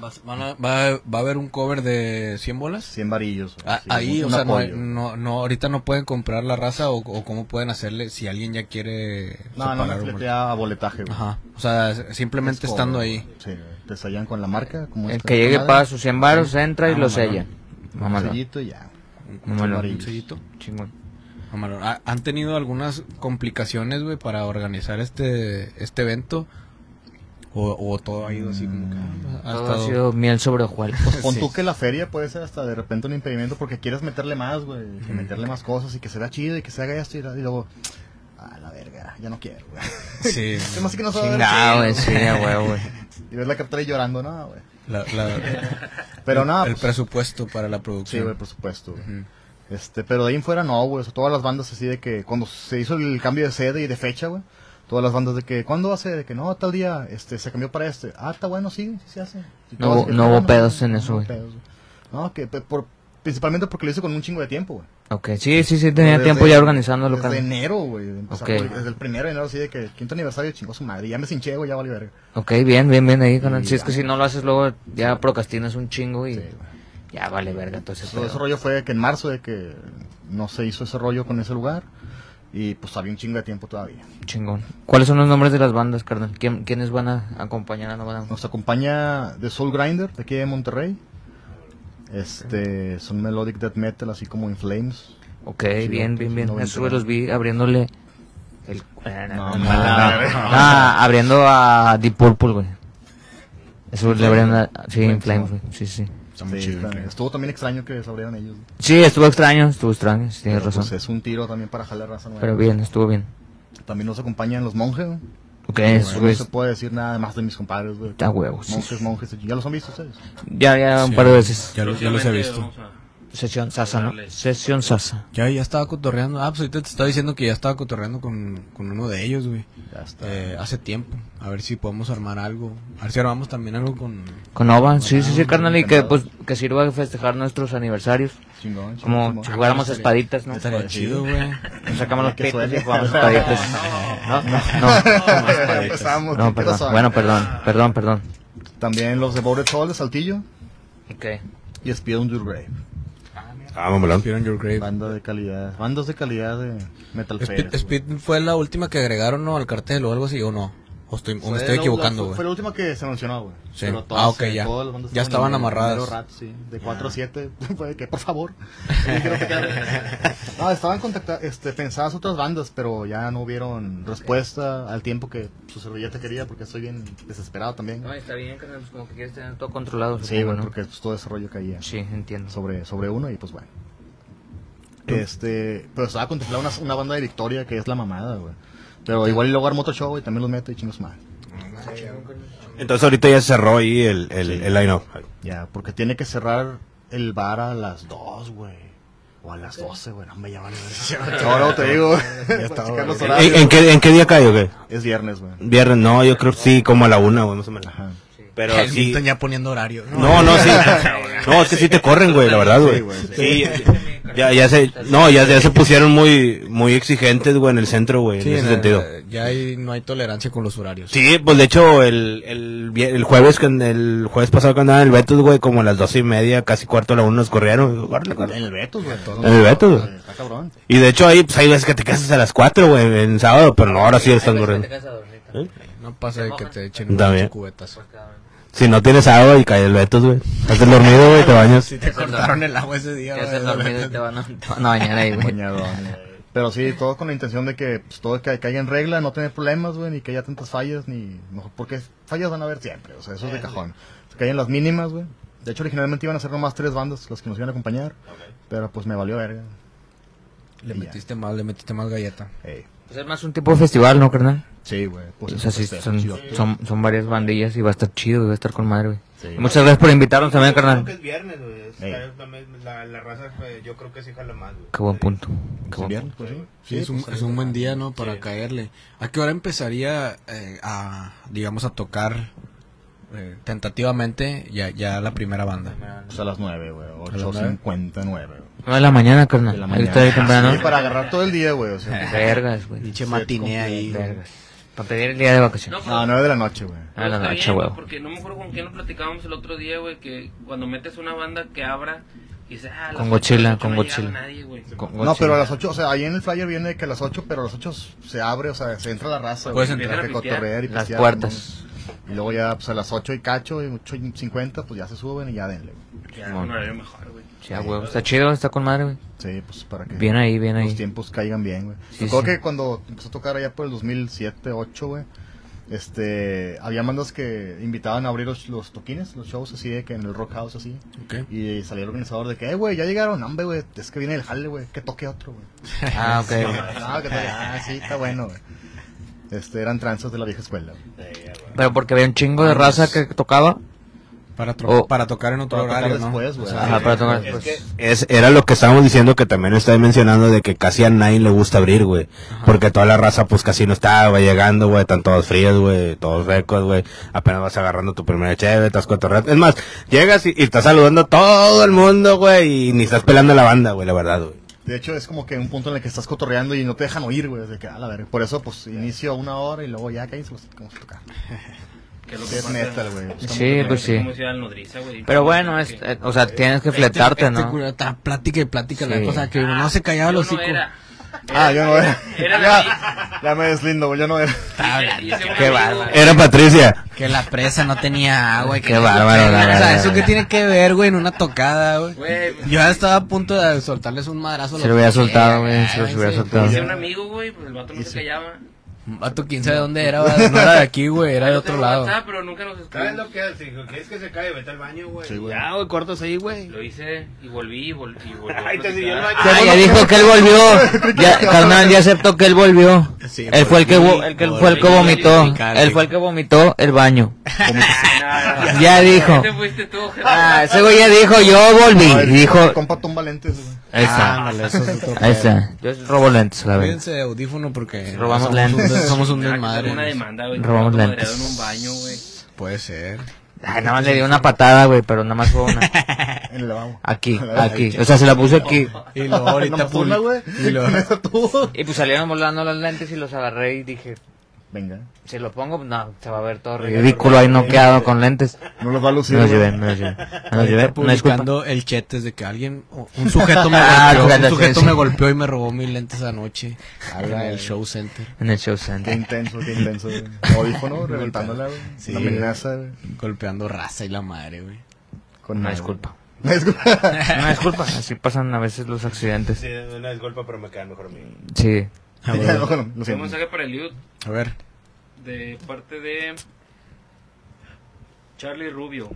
Vas- van a- va, va a haber un cover de 100 bolas?
100 varillos. güey.
Ah,
Sí,
ahí,
un
o sea, no, hay- mm,
apoyo.
no, no, ahorita no pueden comprar la raza o, o cómo pueden hacerle si alguien ya quiere.
No, no,
separar
no,
un
le
boleto.
queda a boletaje, güey.
Ajá. O sea, simplemente
Es
estando
cover,
ahí.
güey. Sí, güey. te sellan con la marca. Como
El
esta
que llegue
madre.
para sus 100 varos entra y
Ah,
lo
mamalón.
sella.
Un
Mamalón.
sellito y ya.
Mamalón.
Amarillo.
Un sellito.
Chingón.
Mamalón. Ha- Ah, Han tenido algunas complicaciones, güey, para organizar este, este evento. O, o todo ha ido así como que.
Mm,
ah, ha
Todo ha
estado-
sido miel sobre hojuel.
[LAUGHS]
Pon
Sí.
tú que la feria puede ser hasta de repente un impedimento porque quieres meterle más, güey. que Meterle más cosas y que se vea chido y que se haga esto y, la- y luego... A la verga, ya no quiero, güey.
[LAUGHS]
[LAUGHS]
Sí.
Se me hace que no se va a ver chido,
[LAUGHS] Chingado, güey, sí, a huevo, güey.
güey. Y ves la captura y llorando, no, güey.
La-
[LAUGHS]
la-
Pero
el-
nada,
El
pues,
presupuesto para la
sí,
producción.
güey, pues. por supuesto, güey.
Ujú.
Este, pero de ahí en fuera no, güey. O sea, todas las bandas así de que cuando se hizo el cambio de sede y de fecha, güey. Todas las bandas de que, ¿cuándo va a ser? De que no, tal día, este, se cambió para este. Ah, está bueno, sí, sí se hace. Y
No
todas
hubo-
de que,
no hubo
sí,
pedos en eso,
hubo
güey.
pedos, güey. No, que pe- por, principalmente porque lo hice con un chingo de tiempo, güey.
Ok, sí, sí, sí, tenía
Desde-
tiempo ya organizándolo,
Desde
carnal.
enero, güey. de empezar,
Ok.
güey, Desde el primero de enero, así de que quinto aniversario, chingó su madre. Ya me cinché, güey, ya vale verga.
Ok, bien, bien, bien ahí, carnal.
Y
Si es que
ya.
si no lo haces luego, ya procrastinas un chingo y
Sí, güey.
ya
Pues
vale verga. Entonces,
Todo ese rollo fue que en marzo de que no se hizo ese rollo con ese lugar. Y pues había un chingo de tiempo todavía.
Chingón. ¿Cuáles son los nombres de las bandas, carnal? ¿Quién- ¿Quiénes van a acompañar a Novada?
Pues, Nos acompaña The Soul Grinder, de aquí de Monterrey. Este, son melodic death metal, así como In Flames.
Ok,
Sí,
bien,
sí,
bien, bien.
noventa.
Esos güeyes los vi abriéndole el... eh,
No,
Ah, abriendo a Deep Purple, güey. Eso le abrieron a... Sí, en Flames, güey. Sí, sí.
Sí, está- estuvo también extraño que desabrieron ellos.
Sí, estuvo extraño, estuvo extraño, sí, tienes
Pero, pues,
razón.
es un tiro también para jalar raza nueva.
Pero bien, estuvo bien.
También nos acompañan los monjes. ¿no?
Ok, esos
Bueno, no
güeyes...
se puede decir nada más de mis compadres. güey.
Está huevo, sí.
Monjes, monjes. ¿Ya los han visto ustedes?
Ya, ya, un par de veces.
Ya, lo- ya los he
Próximamente
visto.
vamos a-
Sesión Sasa, ¿no?
Darle.
Sesión Sasa.
Ya, ya estaba cotorreando. Ah, pues ahorita te estaba diciendo que ya estaba cotorreando con, con uno de ellos, güey.
Ya está.
Eh, hace tiempo. A ver si podemos armar algo. A ver si armamos también algo con...
Con Nova, sí, sí, sí, carnal, y que,
encantado.
pues, que sirva de festejar nuestros aniversarios.
Chingón,
Como
chingón,
si
chingón.
jugáramos espaditas, ¿no?
Estaría chido, [LAUGHS] güey.
Nos sacamos los
Que
pitos
suene.
y jugamos espaditas.
[LAUGHS]
No, no,
Ya [LAUGHS]
no.
empezamos,
No,
¿qué
perdón.
pasó?
Bueno, perdón, perdón, perdón.
También los de Bored Soul de Saltillo
Ok.
y Speed on Your Grave.
Ah, mamalón.
Speed on your grave.
Banda de calidad. Bandas de calidad de Metal
Speed,
Fest, güey.
Speed fue la última que agregaron, ¿no? Al cartel o algo así, ¿o no? O, estoy, o
Fue
me estoy
la-
equivocando,
la- Fue la
güey.
última que se mencionó, güey.
Sí.
Pero
Ah, ok,
eh,
ya.
todas las bandas
Ya estaban
en el
amarradas.
primero rap, sí, De 4 a [LAUGHS] 7. Fue que, por favor. Yo quiero tocar. no, estaban contacta- este, pensadas otras bandas, pero ya no hubieron respuesta al tiempo que su servilleta quería, porque estoy bien desesperado también.
No, está bien, carnal, pues como que quieres tener todo controlado.
Sí,
supongo,
güey,
¿no?
porque pues, todo ese rollo caía.
Sí, entiendo.
sobre, sobre uno y pues bueno. Este, pero estaba contemplando una, una banda de Victoria que es la mamada, güey. Pero igual y luego armo otro show y también los meto y chingos más.
Entonces ahorita ya cerró ahí el, el, el line-up.
Ya, porque tiene que cerrar el bar a las 2, güey. O a las 12, güey. No me llaman. [LAUGHS] Ahora te digo. güey. [LAUGHS] Para checar los horarios.
¿En, en qué, ¿En qué día cae o qué?
Es viernes, güey.
Viernes, no, yo creo que sí, como a la una, güey, más o menos.
Ajá.
Pero
El
sí.
Milton ya poniendo horario.
No, no, sí. No, es que sí te corren, güey, la verdad,
Sí,
güey.
güey,
Sí, ya, ya se, no, ya, ya se pusieron muy, muy exigentes, güey, en el centro, güey,
Sí,
en ese
en-
sentido.
ya hay- no hay tolerancia con los horarios.
Sí, pues de hecho, el, el, vie- el jueves, que en- el jueves pasado que andaba en el Betos, güey, como a las doce y media, casi cuarto a la una nos corrieron. Córrele, córrele.
En el Betos, güey.
En el Betos, güey.
Está cabrón.
Y de hecho ahí, pues hay veces que te casas a las cuatro, güey, en sábado, pero no, ahora sí están corriendo. ¿Eh?
No pasa de que te echen
Está
unas
bien.
cubetas.
Si no tienes agua y cae el Betos, güey. Haces dormido, güey, te bañas.
te cortaron el agua ese día,
Te haces dormido y te van a, te van a bañar ahí, güey.
Bañadón. Pero sí, todo con la intención de que pues, todo ca- caiga en regla, no tener problemas, güey, ni que haya tantas fallas, ni mejor, porque fallas van a haber siempre, o sea, eso es de cajón. Se caen las mínimas, güey. De hecho, originalmente iban a ser nomás tres bandas las que nos iban a acompañar, pero pues me valió verga.
Le
Y ya.
metiste más, le metiste más galleta.
Ey.
Pues es más un tipo de festival, ¿no, carnal?
Sí, güey. Pues
O
es
sea,
un
sí,
festejo
son,
chido.
son, son varias bandillas y va a estar chido, güey, va a estar con madre, güey.
Sí.
Muchas gracias por invitarnos también, carnal.
es viernes, güey.
Ey.
La, raza, yo creo que sí jala más, güey.
Qué buen punto. Qué buen
Bien,
punto.
pues, sí.
Sí, es un, es un buen día, ¿no? Para caerle. ¿A qué hora empezaría eh, a, digamos, a tocar eh, tentativamente ya, ya la primera banda?
Pues a las nueve, güey.
las nueve?
8.59, güey.
Nueve de la mañana,
De
carnal.
la
Ahí
mañana.
está ahí temprano.
Sí, para agarrar todo el día, güey. O
[LAUGHS]
sea,
Vergas, güey.
Pinche matiné ahí.
Vergas. Para pedir el día de vacaciones.
No, pero-
no, nueve de la noche, güey.
A la
Está
noche,
bien,
huevo.
Porque no me acuerdo con quién lo platicábamos el otro día, güey, que cuando metes una banda que abra y dices, ah, a las
Con
ocho,
Godzilla,
a las ocho
con
no llegaba
Godzilla.
nadie, güey.
Con-
No, pero a las 8, o sea, ahí en el flyer viene que a las 8, pero a las 8 se abre, o sea, se entra la raza.
Puedes
güey,
entrar.
que cotorrear y
Las
pistear,
puertas.
¿no? Y luego ya, pues a las 8 y cacho, y 8 y 50, pues ya se suben y ya denle. güey.
Ya, un horario mejor, güey.
Sí, a huevo. Está chido, está con madre, güey.
Sí, pues para que
Bien ahí, bien
los
ahí.
tiempos caigan bien, güey.
Sí,
Recuerdo
sí.
que cuando empezó a tocar allá por el 2007, 8, güey, este, había bandas que invitaban a abrir los, los toquines, los shows así, de que en el rock house así.
Ok.
Y salía el organizador de que, eh, güey, ya llegaron, hombre, güey, es que viene el jale, güey, que toque otro, güey.
Ah, ok. güey.
No, que tal, ah, sí, está bueno, güey. Este, eran tranzas de la vieja escuela. güey.
Pero porque había un chingo de raza que tocaba.
Para, tro-
O-
para tocar en otro
Para tocar
horario, ¿no?
después, güey.
Ajá, para tocar.
Es
pues.
que es, era lo que estábamos diciendo que también estáis mencionando de que casi a nadie le gusta abrir, güey. Porque toda la raza, pues casi no está, güey, llegando, güey. Están todos fríos, güey, todos secos, güey. Apenas vas agarrando tu primera chévere, estás cotorreando. Es más, llegas y, y estás saludando a todo el mundo, güey, y ni estás pelando a la banda, güey, la verdad, güey.
De hecho, es como que un punto en el que estás cotorreando y no te dejan oír, güey. De que, a la verga. Por eso, pues, inicio una hora y luego ya caes, los vamos a tocar.
Que es lo que
Es
pasa,
metal, güey. Pues, como
Sí,
que-
pues sí.
Como ciudad nodriza, güey.
Pero bueno, es,
Que-
eh, o sea, tienes que
Este-
fletarte,
este
¿no?
culo está plática y plática,
Sí.
la cosa que no se callaba
Yo
los
no
hocico.
era.
Ah, yo no era.
Era
ya, ya me deslindo, güey, yo no era.
Está hablando.
Qué bárbaro.
Era Patricia.
Que la presa no tenía agua. y que
[LAUGHS]
Qué bárbaro, la
O sea,
verdad.
¿eso qué tiene que ver, güey, en una tocada, güey?
Güey.
Yo ya estaba a punto de soltarles un madrazo. a
Se
los
lo hubiera
dos.
soltado, güey. Se lo hubiera
sí.
soltado.
Hice un amigo, güey, pues el vato no se callaba.
Un Vato, quién sabe dónde era, güey. No era de aquí, güey, era de
Yo
otro
tengo
lado.
WhatsApp, pero nunca nos escribió.
que es, hijo? ¿Quieres que se cae? Vete al baño, güey.
Sí, güey.
güey, cortas ahí, güey.
Lo hice y volví y volví. Y volví a
Ay, te
platicar.
siguió el baño.
Ah, Ya, ya dijo que él
[LAUGHS]
volvió. Ya, carnal, ya aceptó que él volvió.
Sí,
él fue el que, vo-
volví,
el que- fue el que
volví.
vomitó.
Cali.
Él fue el que vomitó el baño.
[LAUGHS]
No, no, no.
Ya dijo.
Te fuiste tú, jefe.
Ah, ese güey ya dijo, yo
No,
volví.
el
Y dijo,
Compa Tom Valente, ese, güey.
ahí está.
Ándale, eso es otro
Ahí
pedo.
está. Yo robo lentes, la verdad.
Cuídense de audífono porque
Robamos
somos
lentes.
un- somos un
Ah, tengo
desmadre.
Una
güey.
demanda, güey.
Robamos
Robamos
lentes.
en un baño, güey.
Puede [LAUGHS] ser.
Ay, nada más le dio una patada, güey, pero nada más fue una.
En el lavabo.
[LAUGHS]
Aquí, aquí. O sea, se la puse aquí.
Y luego ahorita
Nomás una, güey.
publi- [LAUGHS] y
[LAUGHS]
luego-
Y pues salieron volando los lentes y los agarré y dije,
Venga.
si lo pongo, no, se va a ver todo ridículo ahí noqueado con lentes.
No los va a lucir.
No los
güey.
llevé, no
[LAUGHS]
los llevé. No los llevé,
Ahorita
una disculpa.
publicando el chat desde que alguien, o- un sujeto
[LAUGHS]
me
Ah,
golpeó,
claro,
un sujeto
sí,
me
sí.
golpeó y me robó mis lentes anoche en el show center.
En el show
Qué
center.
intenso, qué intenso. güey. [LAUGHS] Audífono, reventándola, güey.
Sí.
La amenaza, güey.
Golpeando raza y la madre, güey.
Con
Una
madre.
disculpa.
[LAUGHS] Una disculpa.
Una disculpa. Así pasan a veces los accidentes.
Sí, pues, una disculpa, pero me quedan mejor a mí.
Sí.
A
[LAUGHS] Ya,
ver,
bueno, lo
Un
siento.
mensaje para Eliud
a ver,
de parte de Charlie Rubio.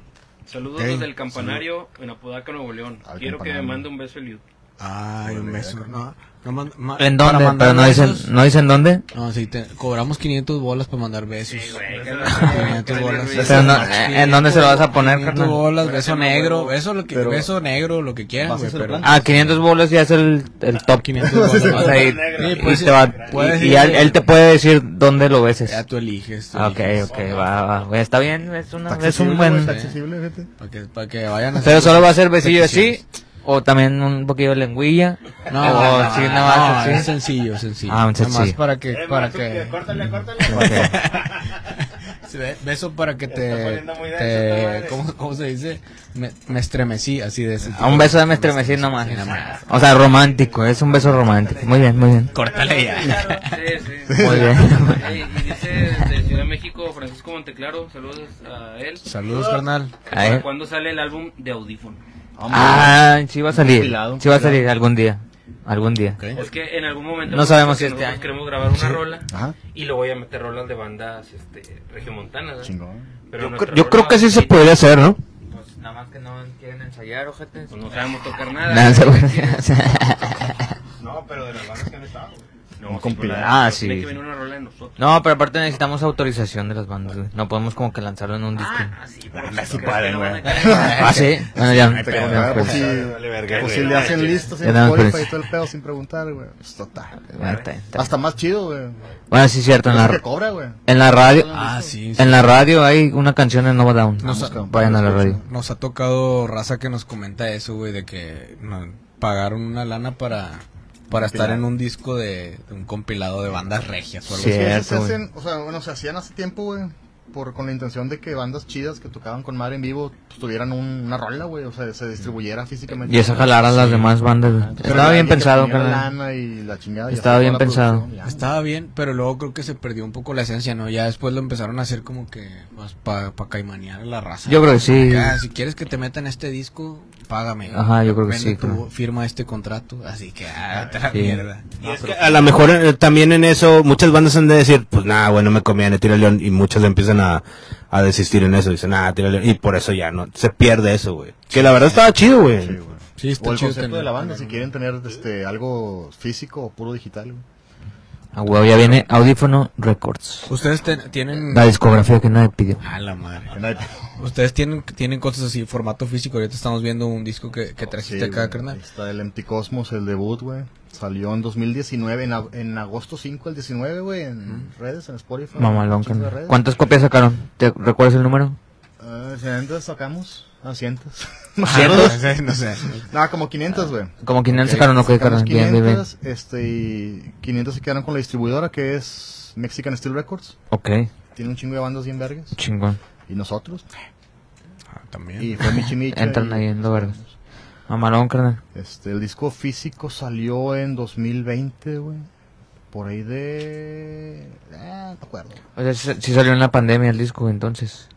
Saludos
Ok,
desde el campanario en Apodaca, Nuevo León.
Al
Quiero que me
campanario.
mande un beso Eliud.
ay, un beso. No, no mand- ma-
¿En
para
dónde?
mandar
Pero no dicen,
besos-
no dicen dónde.
No, sí, te- cobramos 500 bolas para mandar besos. [LAUGHS]
güey, que no-
500 bolas.
Pero
Pero no, eh, ¿En dónde se lo vas a poner,
500
carnal?
bolas, beso negro, beso, lo que,
Pero-
beso negro, lo que quieran,
¿Vas a
güey.
hacer
Pero
plan?
Ah, 500 bolos ya es el, el top.
500 bolas.
[LAUGHS] O sea, y,
Sí,
y
pues,
te va-
puedes
y- y
ir-
él, él te puede decir dónde lo beses.
Ya tú eliges. tú
Ah, Ok,
eliges.
ok, va, va. Güey, Está bien, es, una,
Está
es un
accesible, güey,
buen...
Está accesible, fíjate.
Para que, para que vayan a
Pero
hacer-
solo va a ser besillo así,
peticiones.
o también un poquillo de lengüilla.
No,
o
no,
así,
no,
nada más
no, es
así.
sencillo, sencillo.
Ah, un
Nada más
sencillo.
para que, para que,
Córtale, córtale.
[LAUGHS]
Ok.
Sí, be- beso para que te,
poniendo muy
te-
denso esta madre.
¿cómo, cómo se dice? Me, me estremecí, así de ese
A un beso de me estremecí nomás. O sea, romántico, es un beso romántico. Muy bien, muy bien.
Córtale ya.
Sí, sí.
Muy bien.
Eh, Y dice de Ciudad de México, Francisco Monteclaro. Saludos a él.
Saludos, carnal.
Ahí.
¿Cuándo sale el álbum de audífono?
Ah, sí va a salir.
Compilado,
Sí va a salir algún día. Algún día.
Es que en algún momento
No sabemos si
nosotros
este año.
queremos grabar una rola
Ajá.
y lo voy a meter rolas de bandas este, regiomontanas. ¿verdad?
Chingón.
Pero
Yo,
nuestra
cre- yo creo
rola
que sí se
favorita,
podría hacer, ¿no?
pues, nada más que no quieren ensayar, ojete. Pues no sabemos tocar
[LAUGHS]
nada.
Nada, se puede [LAUGHS]
[LAUGHS]
No, pero de las bandas que han estado. güey.
No, sí,
compilado.
pero
Ah,
la- pero tiene
sí.
que venir una rola de nosotros.
No, pero aparte necesitamos autorización de las bandas. güey. No podemos como que lanzarlo en un disco.
Ah, sí, pero
Anda,
si
sí
crees
pueden,
que no
güey.
van a caer.
Ah, sí. Bueno, ya.
Ay, pero,
ya,
Ah,
pues,
pues sí.
Vale, verga,
Pues
güey. Ah,
si le hacen listos en
Ya damos
Spotify
prisa.
y todo el pedo sin preguntar, güey. Pues total.
bueno, está bien, está bien.
Hasta más chido, güey.
Bueno, sí, cierto. En
Es que
la,
cobra, güey.
en la radio.
Ah, sí. sí.
En la radio hay una canción de Nova Down.
Nos-
Vayan a la radio.
Nos ha tocado raza que nos comenta eso, güey, de que no- pagaron una lana para, para estar en un disco de, de un compilado de bandas regias o algo
Sí.
así.
Sí, eso
Cierto,
se
güey.
hacen, o sea, bueno, se hacían hace tiempo, güey, por, con la intención de que bandas chidas que tocaban con madre en vivo pues, tuvieran un- una rola, güey, o sea, se distribuyera físicamente.
Y eso jalar a las demás bandas. güey.
Entonces,
Estaba
había
bien
que
pensado,
poner
carnal.
lana y la chingada, y
Estaba
hacer
bien
toda la
pensado.
producción, ya.
Estaba bien, pero luego creo que se perdió un poco la esencia, ¿no? Ya después lo empezaron a hacer como que para caimanear a la raza.
Yo creo que sí.
Ah, si quieres que te metan este disco, págame.
Ajá, yo creo que
Vende
sí,
tu-
claro.
firma este contrato, así que ah, vete a la
Sí.
mierda.
Y es que
pues
a lo mejor eh, también en eso muchas bandas han de decir, pues nada, bueno, me comían Tira León y muchas empiezan a, a desistir en eso, dicen, nada, Tira León y por eso ya no, se pierde eso, güey. Que la verdad estaba chido, güey.
Sí, güey.
Sí,
O
está
el
chido
concepto
tener-
de la banda, si
tener-
quieren tener este, algo físico o puro digital, güey.
A huevo, ya viene Audífono Records.
Ustedes te- tienen
La discografía que nadie pidió.
A la madre.
Que nadie-
Ustedes tienen tienen cosas así formato físico, ahorita estamos viendo un disco [LAUGHS] que, que trajiste
Sí,
acá,
güey.
carnal.
Está el Empty Cosmos, el debut, güey. Salió en 2019, en, ag- en agosto 5, el 19, güey, en redes, en Spotify.
Mamalón,
un chingo de
carnal.
redes.
¿Cuántas copias sacaron? ¿Te recuerdas el número?
Ah, ¿Cientos sacamos? Ah,
[LAUGHS]
cientos.
Ah, No sé.
[LAUGHS] no, como 500, güey.
Como 500
Ok,
sacaron, ok,
sacamos
carnal. Bien, bien, bien.
500, este, y 500 se quedaron con la distribuidora que es Mexican Steel Records.
Ok,
Tiene un chingo de bandas bien vergas.
chingón.
Y nosotros.
También.
Y fue Michi Micha
[LAUGHS] Entran
y-
ahí en lo vergas. Mamalón, carnal.
Este, el disco físico salió en 2020, güey. Por ahí de... Ah, no te acuerdo.
O sea, sí sí salió en la pandemia el disco, entonces.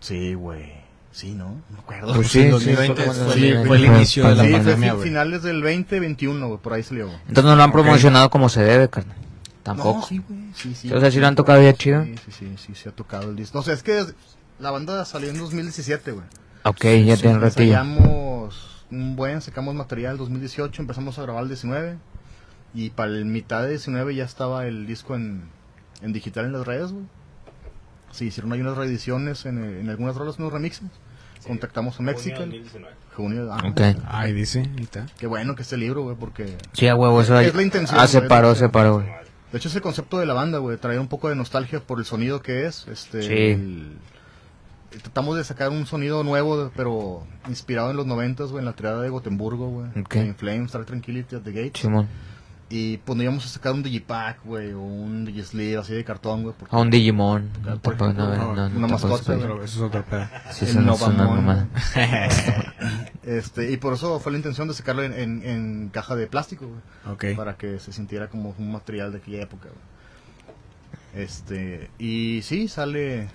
Sí, güey. Sí, ¿no? No me acuerdo.
Pues
Pues
sí, sí,
2020
fue-
fue,
sí,
fue el
fue-
inicio de la
sí, fue
pandemia,
fin-
güey.
finales del 2021, güey. Por ahí salió. güey.
Entonces no lo han promocionado como se debe, carnal. Tampoco.
No, sí, güey. Sí, sí.
O sea, sí lo han tocado ya chido.
Sí, sí, sí, sí, se ha tocado el disco. No sé, es que es- la banda salió en 2017, güey.
Ok, ya tiene un ratillo.
Ensayamos pues, un buen, sacamos material en 2018, empezamos a grabar el 19. Y para el mitad de 19 ya estaba el disco en, en digital en las redes, güey. Sí, hicieron ahí unas reediciones en, en algunas rolas, unos remixes. Contactamos a Mexican. Junio, ah,
Ok.
Ay, dice. ahí está.
Qué bueno que este libro, güey, porque...
Sí, a huevo, eso.
Es
ya-
la intención,
Ah,
güey,
se
es la
paró, se
intención.
paró, güey.
De hecho, es el concepto de la banda, güey. Traer un poco de nostalgia por el sonido que es. Este,
Sí.
el- tratamos de sacar un sonido nuevo, pero inspirado en los noventas, güey, en la triada de Gotemburgo, güey.
Ok.
En Flames, Star Tranquility, at The Gate.
Simón.
Y pues no íbamos a sacar un Digipack, güey, o un Digisleeve así de cartón, güey. porque-
A un Digimon. No,
Por
tampoco, no,
ejemplo,
no, no,
una
no, tampoco
mascota,
se-
güey.
Pero eso es otro pedo.
Sí,
El
eso no es una
Novamón.
mamada. Ah,
[LAUGHS] Este, y por eso fue la intención de sacarlo en, en- en caja de plástico, güey.
Ok.
para que se sintiera como un material de aquella época. güey. Este, y sí, sale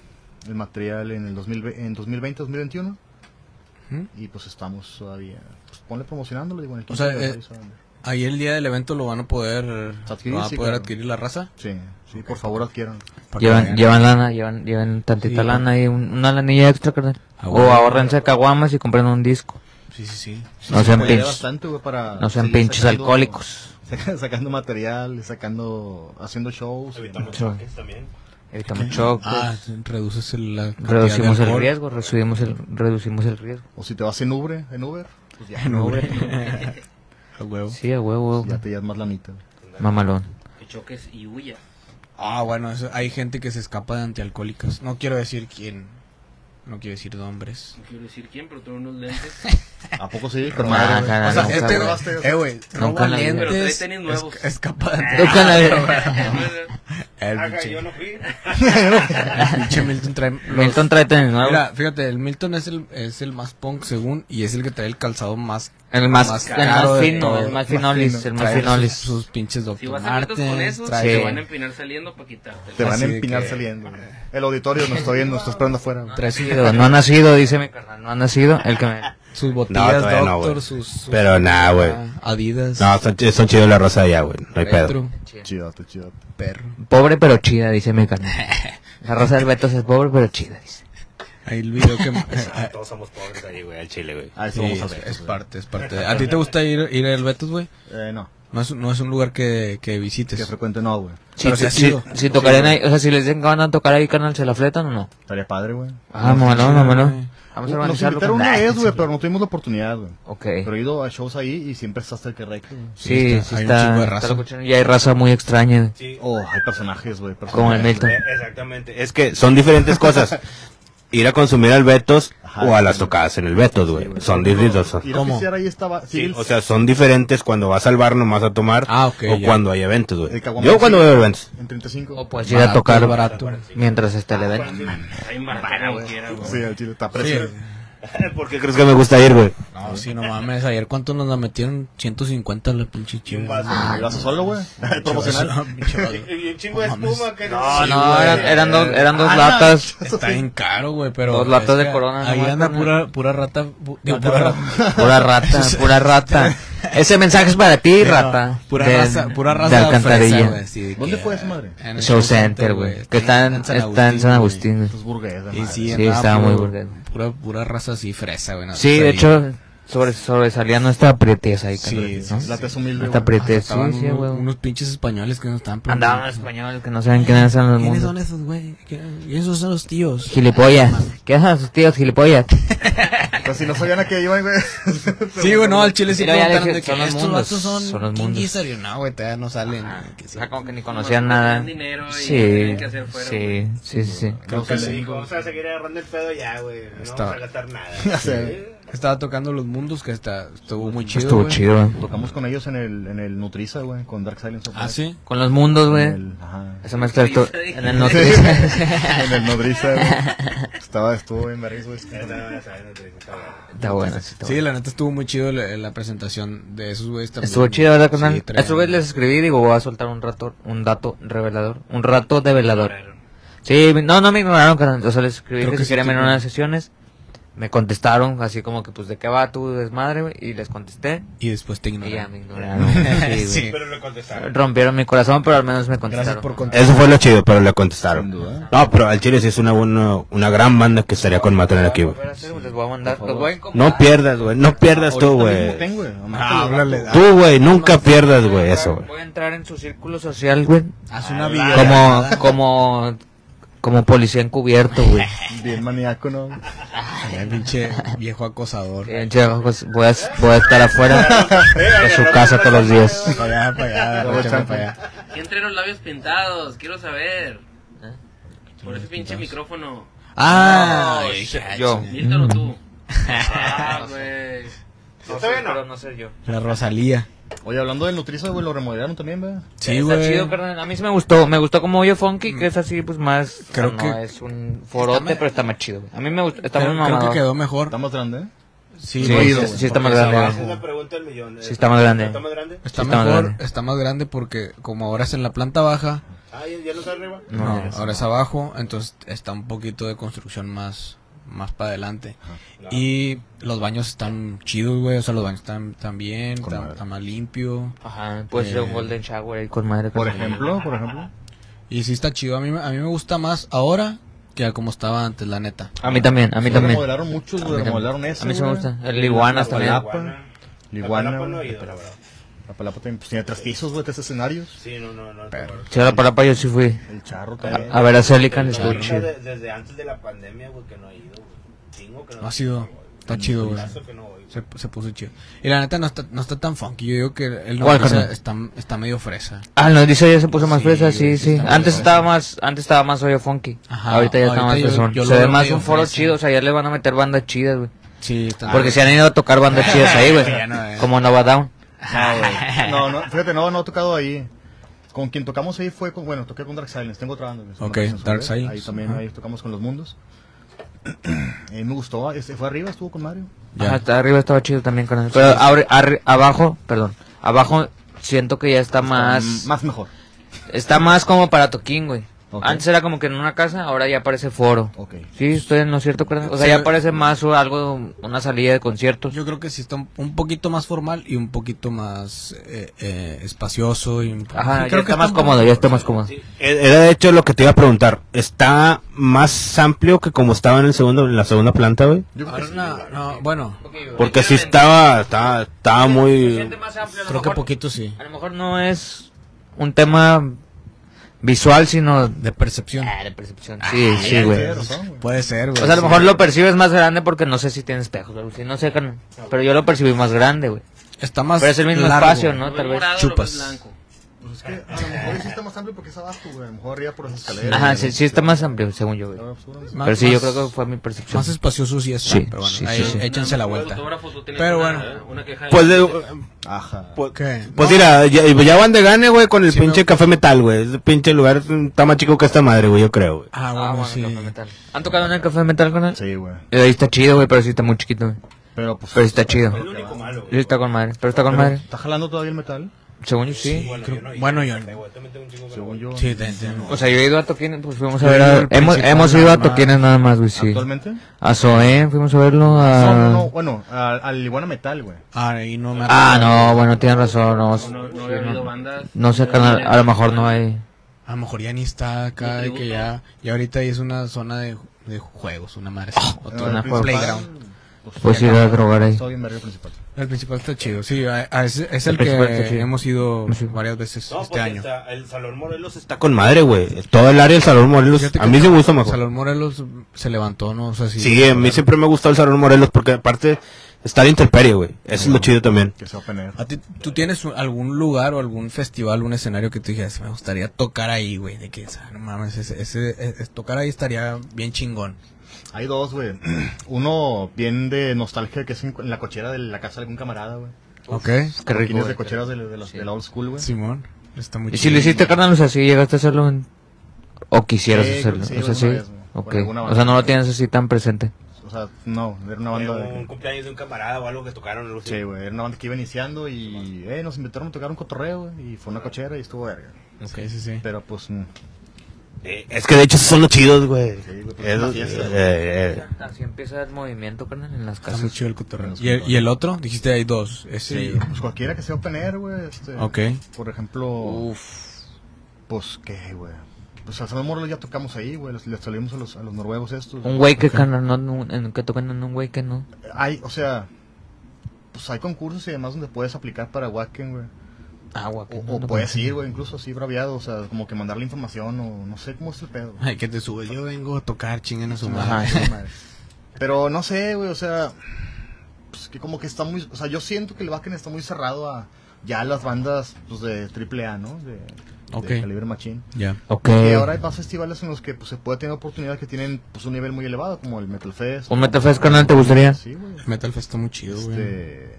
el material en el 2020, en 2020 2021.
Ujú.
Y pues estamos todavía, pues ponle promocionándolo, digo, en el
O sea,
15 de
eh,
ahí se va a vender.
Ahí el día del evento lo van a poder
Adquirir,
lo van a
sí,
poder
claro.
adquirir la raza.
Sí, sí, por favor adquieran.
para que
Llevan,
vayan.
llevan lana, llevan, llevan tantita
Sí.
lana y un- una lanilla extra, carnal.
Ah,
O
bueno.
ahorrense caguamas y compren un disco.
Sí, sí, sí.
No sean
Apoyaría
pinches,
bastante, güey,
Ah,
para
no sean
seguir
pinches
sacando- [LAUGHS]
alcohólicos.
Sacando material, sacando, haciendo shows. y demás.
Sí. Evitamos shock.
Ah, reduces el, la cantidad de
Reducimos el
alcohol.
riesgo, reducimos el, reducimos el riesgo.
O si te vas en Uber, en Uber, pues ya,
En [LAUGHS]
[LAUGHS]
Uber. A huevo.
Sí, a huevo,
ya te llevas más la mitad.
[LAUGHS]
mamalón.
Que choques y huya.
Ah, bueno, eso- hay gente que se escapa de antialcohólicas. No quiero decir quién. No quiero decir nombres.
No quiero decir quién, pero tengo unos lentes.
[LAUGHS]
[LAUGHS]
¿A poco sí? Con
Ah,
madre, güey.
cara,
O sea,
nunca,
este,
güey.
eh, güey, roba
Nunca en la vida.
Pero trae
lentes,
tenis nuevos. Ah,
esca- escapa de
Nunca en la vida.
[LAUGHS] El pinche- [LAUGHS]
no fui.
pinche Milton trae los-
Milton trae tenis nuevo.
Mira, fíjate, el Milton es el, es el más punk según y es el que trae el calzado más
el más,
más
el
caro
más
de
fino,
todo.
el más
Más
finolis,
fino.
el más
trae sus,
finolis.
sus pinches
Si
Dr.
vas a meter con
Martens,
eso,
trae
te
Sí.
van a empinar saliendo para quitarte.
Te van
Así
a
de
empinar
que-
saliendo. güey. El auditorio nos está viendo, nos está esperando afuera. güey.
No ha sido, no ha nacido, dice mi carnal, no ha nacido. El que me...
sus botellas
todavía no,
Doctor,
güey.
sus, sus- ah,
Pero nada, güey.
Adidas,
No, son, ch- son chidos la raza allá, güey. No hay pedo.
retro,
Chidote, chidote.
perro.
Pobre pero chida, dice mi carnal.
[LAUGHS]
La raza del Betos es pobre pero chida, dice.
Ahí el
[LAUGHS]
video que eh, ah,
Todos somos pobres ahí, güey, al chile, güey.
Ah, eso
Sí,
vamos a
es,
ver.
es parte, es parte. ¿A ti te gusta ir ir al Betos, güey?
Eh, no,
No es, no es un lugar que, que
que
visites.
frecuente no, güey.
Si,
Pero sí ha
si-
sido.
si tocarían ahí, o sea, si les dicen que van a tocar ahí, carnal, ¿se la fletan o no?
Estaría padre, güey.
Ah, mamalón, mamalón. Vamos a
Nos
organizarlo.
invitaron
carnal.
una vez, güey, pero no tuvimos la oportunidad, güey.
Ok.
Pero he ido a shows ahí y siempre está hasta el que recto. güey.
Sí,
está-
sí
hay un
está.
chingo de
está
raza.
lo cochino. y hay raza muy extraña,
Oh, hay personajes, güey. personajes.
como el Milton.
Eh, Exactamente. Es que son diferentes cosas.
[LAUGHS]
Ir a consumir al Betos
Ajá,
o a las
sí.
tocadas en el Betos, güey. son distintos. son-
Ir a
¿Cómo?
pistear ahí estaba. Sí,
Sí,
el-
o sea, son diferentes cuando vas al bar nomás a tomar
Ah, ok,
o
ya.
cuando hay eventos, güey.
el caguamán,
Yo cuando
sí,
veo eventos.
En 35.
O pues ir a
Barato,
tocar
barato. Ah,
mientras este, está el evento.
Hay un barbaro, güey. quiera, güey.
Sí, el chile está
Sí.
preso.
¿Por qué crees que me gusta ir, güey?
No, sí, no mames. Ayer, ¿cuánto nos la metieron? 150 la pinche Ah, chiva.
¿El vaso solo, güey? [LAUGHS] Promocional.
[LAUGHS] Y un chingo de espuma.
No, no, eran, eran dos, eran
Ah,
dos latas.
Está bien caro, güey, pero...
Dos latas
es
de
que
Corona
Ahí
nomás,
anda
carnal.
pura, pura rata... pu- digo, pura rata.
Pura rata, pura rata. Ese mensaje es para ti, rata.
[LAUGHS] Pura
de-
raza, pura raza
De alcantarilla.
fresa, güey, así de
¿Dónde
que-
fue esa madre?
en el
Show Center, güey. Que está en, está en San Agustín, güey.
Los burguesas.
Y
madre.
sí,
Sí,
andaba
estaba muy
puro-
burgués.
Pura, pura raza así fresa, güey. no,
Sí, de
ahí.
hecho, sobre, sobresalía nuestra prietez ahí,
Sí,
carnal,
sí,
¿no?
La tez humilde,
Nuestra
güey.
prietez, sí,
Estaban
sí,
unos,
güey.
unos pinches españoles que nos estaban
Andaban en español, que no saben quiénes eran los
¿Quiénes son
mundos.
esos, güey? ¿Quién- Esos son los tíos.
Gilipollas. ¿Qué hacen sus tíos, gilipollas?
Pues si no sabían a qué iban, güey. [LAUGHS]
Sí, güey, no, al chile sí
Pero ya
preguntaron
dije,
de que
son los
estos
mundos,
vatos
son los
son
mundos. Ah,
kinguis o no, güey, todavía no salen. que sí.
O sea, como que ni
Como
conocían
no
nada.
tenían dinero y
Sí,
tenían que hacer fuera,
sí,
güey.
sí, sí, sí.
Creo que sí.
Vamos a seguir agarrando el pedo ya, güey. No
Está-
vamos a gastar
[LAUGHS]
nada.
Estaba tocando los mundos que está, estuvo muy chido.
Estuvo
güey.
chido, güey.
Tocamos con ellos en el, en el Nutriza, güey, con Dark Silence of
Ah,
Night.
sí.
Con los mundos,
En
güey.
el- ajá.
Esa mezcla de tu-
Nodriza,
en el [LAUGHS]
[LAUGHS]
Nodriza.
en el nodriza, güey. Estaba, estuvo bien vergüenza, güey.
Está bueno. Sí, está
Sí,
bueno.
la neta estuvo muy chido la, la presentación de esos güeyes también.
Estuvo chido, ¿verdad, carnal?
Sí, traían-
Estos güeyes les escribí, digo, voy a soltar un rato, un dato revelador, un rato develador. Sí, no, no me ignoraron, carnal. O sea, les escribí
Creo
que,
que
si
sí
querían
te-
venir a unas sesiones. Me contestaron, así como que, pues, ¿de qué va tu desmadre, güey? Y les contesté.
Y después te
Y ya
ignoraron.
me ignoraron.
[LAUGHS]
Sí,
Sí.
güey. Rompieron mi corazón, pero al menos me contestaron.
Gracias por
¿no?
contar.
Eso fue lo chido, pero le contestaron.
Sin duda.
No, pero al chile sí es una, buena- una gran banda que estaría con mantener aquí, güey.
Espérate, güey, Les voy a mandar, los voy a encontrar.
No pierdas, güey. No pierdas tú,
Ah, Ahorita
güey.
mismo tengo, güey.
Ah, háblale. ah,
Tú, güey, nunca pierdas,
Ah,
güey, eso, güey.
Voy a entrar en su círculo social, güey.
Haz
Ah,
una
Como, como, como policía encubierto, güey.
Bien maníaco, ¿no?
Ay, pinche viejo acosador.
Eh, yo, pues, voy, a, voy a estar afuera de su casa todos los días.
Para allá, para allá,
Luego
échame
echan
para allá.
¿Quién trae los labios pintados? Quiero saber. Por ese pinche micrófono.
Ah,
Ay,
yo.
Milton o tú. Ah, güey.
Pero no sé yo.
La Rosalía.
Oye, hablando del Nutriza, güey, lo remodelaron también, güey.
Sí,
Está
güey.
chido, carnal. A mí sí me gustó. Me gustó como Hoyo Funky, que es así, pues más. o sea,
Creo
no
que-
es un forote, pero está más chido. güey. A mí me gustó. Está muy
Creo, creo
mamado.
que quedó mejor.
Está más grande, ¿eh?
Sí,
Sí,
güey,
sí,
porque
sí está más
es
grande.
abajo.
Esa es la pregunta del millón. ¿eh?
Sí, está más grande.
¿Está más grande?
Está
Sí, está más
mejor,
grande.
está más grande porque como ahora es en la planta baja,
Ah, ¿ya ya no está arriba?
No,
no, ahora es abajo, entonces está un poquito de construcción más más para adelante. Y los baños están chidos, güey, o sea, los baños están, están bien,
Con
están-
madre.
está más limpio.
Ajá, puede ser un
Eh,
Golden Shower ahí con madre.
Por
con-
ejemplo, por ejemplo.
Y sí está chido, a mí, me- a mí me gusta más ahora que a como estaba antes, la neta.
A mí también, a mí
Sí,
también.
Remodelaron muchos, güey.
también.
Remodelaron eso.
A mí sí me
güey.
gusta. El Iguanas también.
La Palapa. La Iguana.
La Palapa no he
güey.
ido, la verdad.
La Palapa también. Pues tiene tres pisos, güey, tres escenarios.
Sí, no, no, no.
Sí, a la palapa yo sí fui.
El charro
Ah,
también.
A ver, a Celican
Pero
estuvo
ahorita
chido.
de- desde antes de la pandemia, güey, que no he ido, güey. Chingo que no.
No ha sido, está chido, güey.
Caso que no voy.
Se, se puso chido. Y la neta no está, no está tan funky, yo digo que el
¿Cuál,
Nodriza
carnal?
está, está medio fresa.
Ah, no, dice ya se puso más
Sí,
fresa,
güey,
sí,
sí
sí.
está
Antes
muy
estaba más, antes estaba más hoyo funky.
Ajá,
ahorita ya está
ahorita
más
yo-
fresón.
yo lo
Se ve
veo
más
medio
un foro
fresa.
chido, o sea, ya le van a meter bandas chidas, güey.
Sí, está
Porque se han ido a tocar [LAUGHS] bandas chidas ahí, güey.
Ya no, eh.
Como Nova Down.
No, güey. No, no, fíjate, no, no he tocado ahí. Con quien tocamos ahí fue con, bueno, toqué con Dark Silence, tengo otra banda. que se llama
Ok,
Dark Silence,
Dark
¿ok?
Silence,
Ahí también,
ajá.
ahí tocamos con los mundos. [CLEARS THROAT] Eh, me gustó, este, fue arriba, estuvo con Mario.
Ya.
Ajá, hasta arriba estaba chido también con eso. Pero abri- arri- abajo, perdón, abajo siento que ya está más,
Mm, Más mejor.
está más como para toquín, güey.
Ok.
Antes era como que en una casa, ahora ya parece foro.
Ok.
Sí, estoy en lo cierto, carnal. O sea,
Sí,
ya
güey.
parece más o algo, una salida de conciertos.
Yo creo que sí está un- un poquito más formal y un poquito más eh, eh, espacioso. Y un po-
Ajá,
sí,
ya
creo
está más cómodo, ya está más cómodo.
Eh, Era de hecho lo que te iba a preguntar. ¿Está más amplio que como estaba en el segundo, en la segunda planta, güey?
Ahora no, no, bueno,
Pues
Porque si estaba, estaba, estaba muy...
creo que poquito sí,
A lo mejor no es un tema visual, sino
de percepción.
Ah, de percepción. Sí, sí, güey.
Tienes razón, güey.
Puede ser,
O
güey.
sea, a lo
sí.
mejor lo percibes más grande porque no sé si tiene espejos, o algo así, no sé, carnal. pero yo lo percibí más grande, güey.
Está más
Pero es el mismo
largo.
espacio, ¿no?
Lo
Tal
ves
vez.
morado, lo
chupas.
ves blanco.
Pues es que a lo mejor sí está más amplio porque es abajo, güey. A lo mejor arriba por las escaleras.
Ajá,
güey,
sí, sí está más amplio, según yo, güey.
está oscuro, güey.
Más-
Pero sí, yo
más-
creo que fue mi percepción.
Más espacioso sí es,
Sí,
pero bueno,
sí,
ahí
sí, sí.
échense la vuelta.
Fotógrafo, tú tienes
Pero
una-
bueno.
una queja de-
Pues, de-
Ajá.
¿Qué?
pues mira, ya, ya van de gane, güey, con el
Sí,
pinche
me-
Café Metal, güey. Ese pinche lugar está más chico que esta madre, güey, yo creo, güey.
Ah,
Ah,
bueno,
bueno,
sí.
café metal. ¿Han tocado en el café metal con él?
Sí, güey.
Eh, Ahí está chido, güey, pero sí está muy chiquito, güey.
Pero pues.
Pero está chido.
El único malo,
Sí
güey.
está con madre, pero está con
Pero,
Ah, madre.
¿Está jalando todavía el metal?
Según yo, sí.
Bueno, yo no he ido.
Bueno, yo...
Güey, también tengo un chingo que no
Según
voy.
yo.
Sí, te entiendo.
O sea, yo he ido a toquines, pues fuimos a
Yo he
ver
ido
a...
al
Hemos,
principal
hemos ido
nada
a
más.
toquines nada más, güey, sí. Ah.
¿Actualmente?
A Zoé, fuimos a verlo a...
No, no, no. Bueno, a- al Iguana Metal, güey.
Ah, ahí no me...
Ah, no, bueno, tienes razón. No,
No,
sí,
no había habido
no.
bandas.
No sé, carnal, a lo mejor no hay.
A lo mejor ya ni está acá, de que ya... Ya ahorita ahí es una zona de, de juegos, una madre. así, otro-
Ah, una
El principal,
playground.
Pues
ya
ir
está,
a drogar ahí.
Está bien verga el principal.
El principal está chido, sí, a- a ese- es el,
El principal está
que
chido.
hemos ido
Sí.
varias veces
No,
este
porque
año.
está- el Salón Morelos está
Está con madre, güey. Todo el área del Salón Morelos.
Fíjate
A
que
mí se me gusta mejor.
Salón Morelos se levantó, ¿no? O sea, sí.
Sí, a mí siempre me ha gustado el Salón Morelos porque aparte está la intemperie, güey. Eso es lo chido también.
Que se va a poner.
¿A ti, ¿Tú tienes un- algún lugar o algún festival, un escenario que tú dijeras, me gustaría tocar ahí, güey? De que, o sea, no mames, ese, ese- e, es- es- tocar ahí estaría bien chingón.
Hay dos, güey. [CLEARS THROAT] Uno bien de nostalgia, que es en, en la cochera de la casa de algún camarada, güey.
¿Ok?
Qué rico.
Tienes de
güey.
cocheras de, de, las- de la old school, güey.
Simón. Está muy
Y si lo hiciste, carnal, o sea, si llegaste a hacerlo en- o quisieras
Sí,
hacerlo.
sí,
o sea, sí.
alguna vez, güey, con
Ok.
alguna
O
banda.
sea, no lo tienes así tan presente.
O sea, no, era una banda de...
Un cumpleaños de un camarada o algo que tocaron. algo así.
Sí, güey, era una banda que iba iniciando y eh, nos invitaron a tocar un cotorreo güey, y fue una cochera y estuvo verga.
Ok, sí, sí.
Pero pues, mm,
Eh, es que de hecho esos son los chidos, güey.
Sí, güey, pues,
Esos-
una fiesta, güey.
eh, eh,
Así empieza el movimiento, carnal, en las
Está muy
casas.
chido el cotorreo. ¿Y el, y el otro? Dijiste hay dos. Ese.
pues cualquiera que sea open air, güey. Este,
Ok.
Por ejemplo, pues qué, güey. Pues al San Morelos ya tocamos ahí, güey. Les, les salimos a los, a los noruegos estos.
Un güey que, carnal, no, no- en- que tocan en un güey que no.
Hay, o sea, pues hay concursos y demás donde puedes aplicar para Wacken, güey.
Agua.
O,
no
o
lo
puedes ir, güey, incluso así braviado, o sea, como que mandar la información o no sé cómo es el pedo.
Ay, que te sube. Yo vengo a tocar, chinguen a su
Ajá,
madre. [LAUGHS]
esa madre. Pero no sé, güey, o sea, pues que como que está muy, o sea, yo siento que el Wacken está muy cerrado a ya las bandas pues, de triple A, ¿no? De,
Ok.
de calibre machín.
Ya.
Ok.
Y ahora hay más festivales en los que pues, se puede tener oportunidades que tienen pues, un nivel muy elevado, como el Metal Fest.
¿Un Metal Fest, carnal, te gustaría?
Sí, güey.
Metal Fest está muy chido, güey.
Este...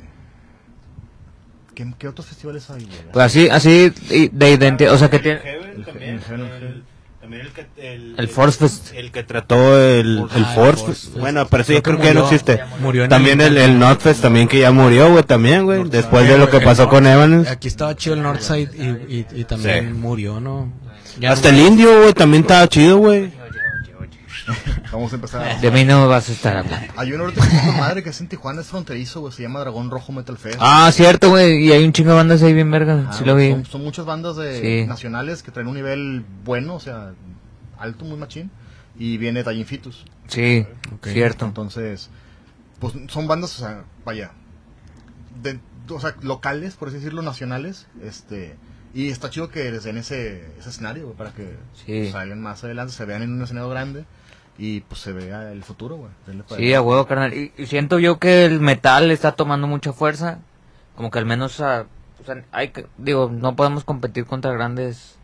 ¿Qué, qué otros festivales hay, güey?
Pues así, así y- de identidad. O sea, que
El
tiene.
Heaven también,
el Heaven,
el-
el-
también el que- el-
El Force Fest.
El que trató el, el
Ah, el
Force
Force
Fest.
Fest.
Bueno, pero eso yo creo que ya
murió-
no existe.
murió en
También el, el Northfest también que ya murió, güey, también, güey. Después de
Güey,
lo que
el
pasó con
North-
Evans.
Aquí estaba chido el Northside y, y, y también
Sí.
murió, ¿no?
Hasta el indio, güey, también estaba chido, güey.
Vamos a empezar.
De mí no vas a estar hablando.
Hay un orte con madre que es en Tijuana, es fronterizo, güey, se llama Dragón Rojo Metal Fest.
Ah, cierto, güey. Y hay un chingo de bandas ahí bien verga.
Ah,
sí lo vi.
Son, son muchas bandas de
Sí.
nacionales que traen un nivel bueno, o sea, alto, muy machín. Y viene Tallin Fitus.
Sí,
Ok.
cierto.
Entonces, pues son bandas, o sea, vaya, de- o sea, locales, por así decirlo, nacionales. este Y está chido que les den ese, ese escenario, güey, para que
Sí.
salgan más adelante, se vean en un escenario grande y pues se vea el futuro, güey. denle para
Sí, a huevo, carnal. Y, y siento yo que el metal está tomando mucha fuerza. Como que al menos, ah, o sea, hay que- digo, no podemos competir contra grandes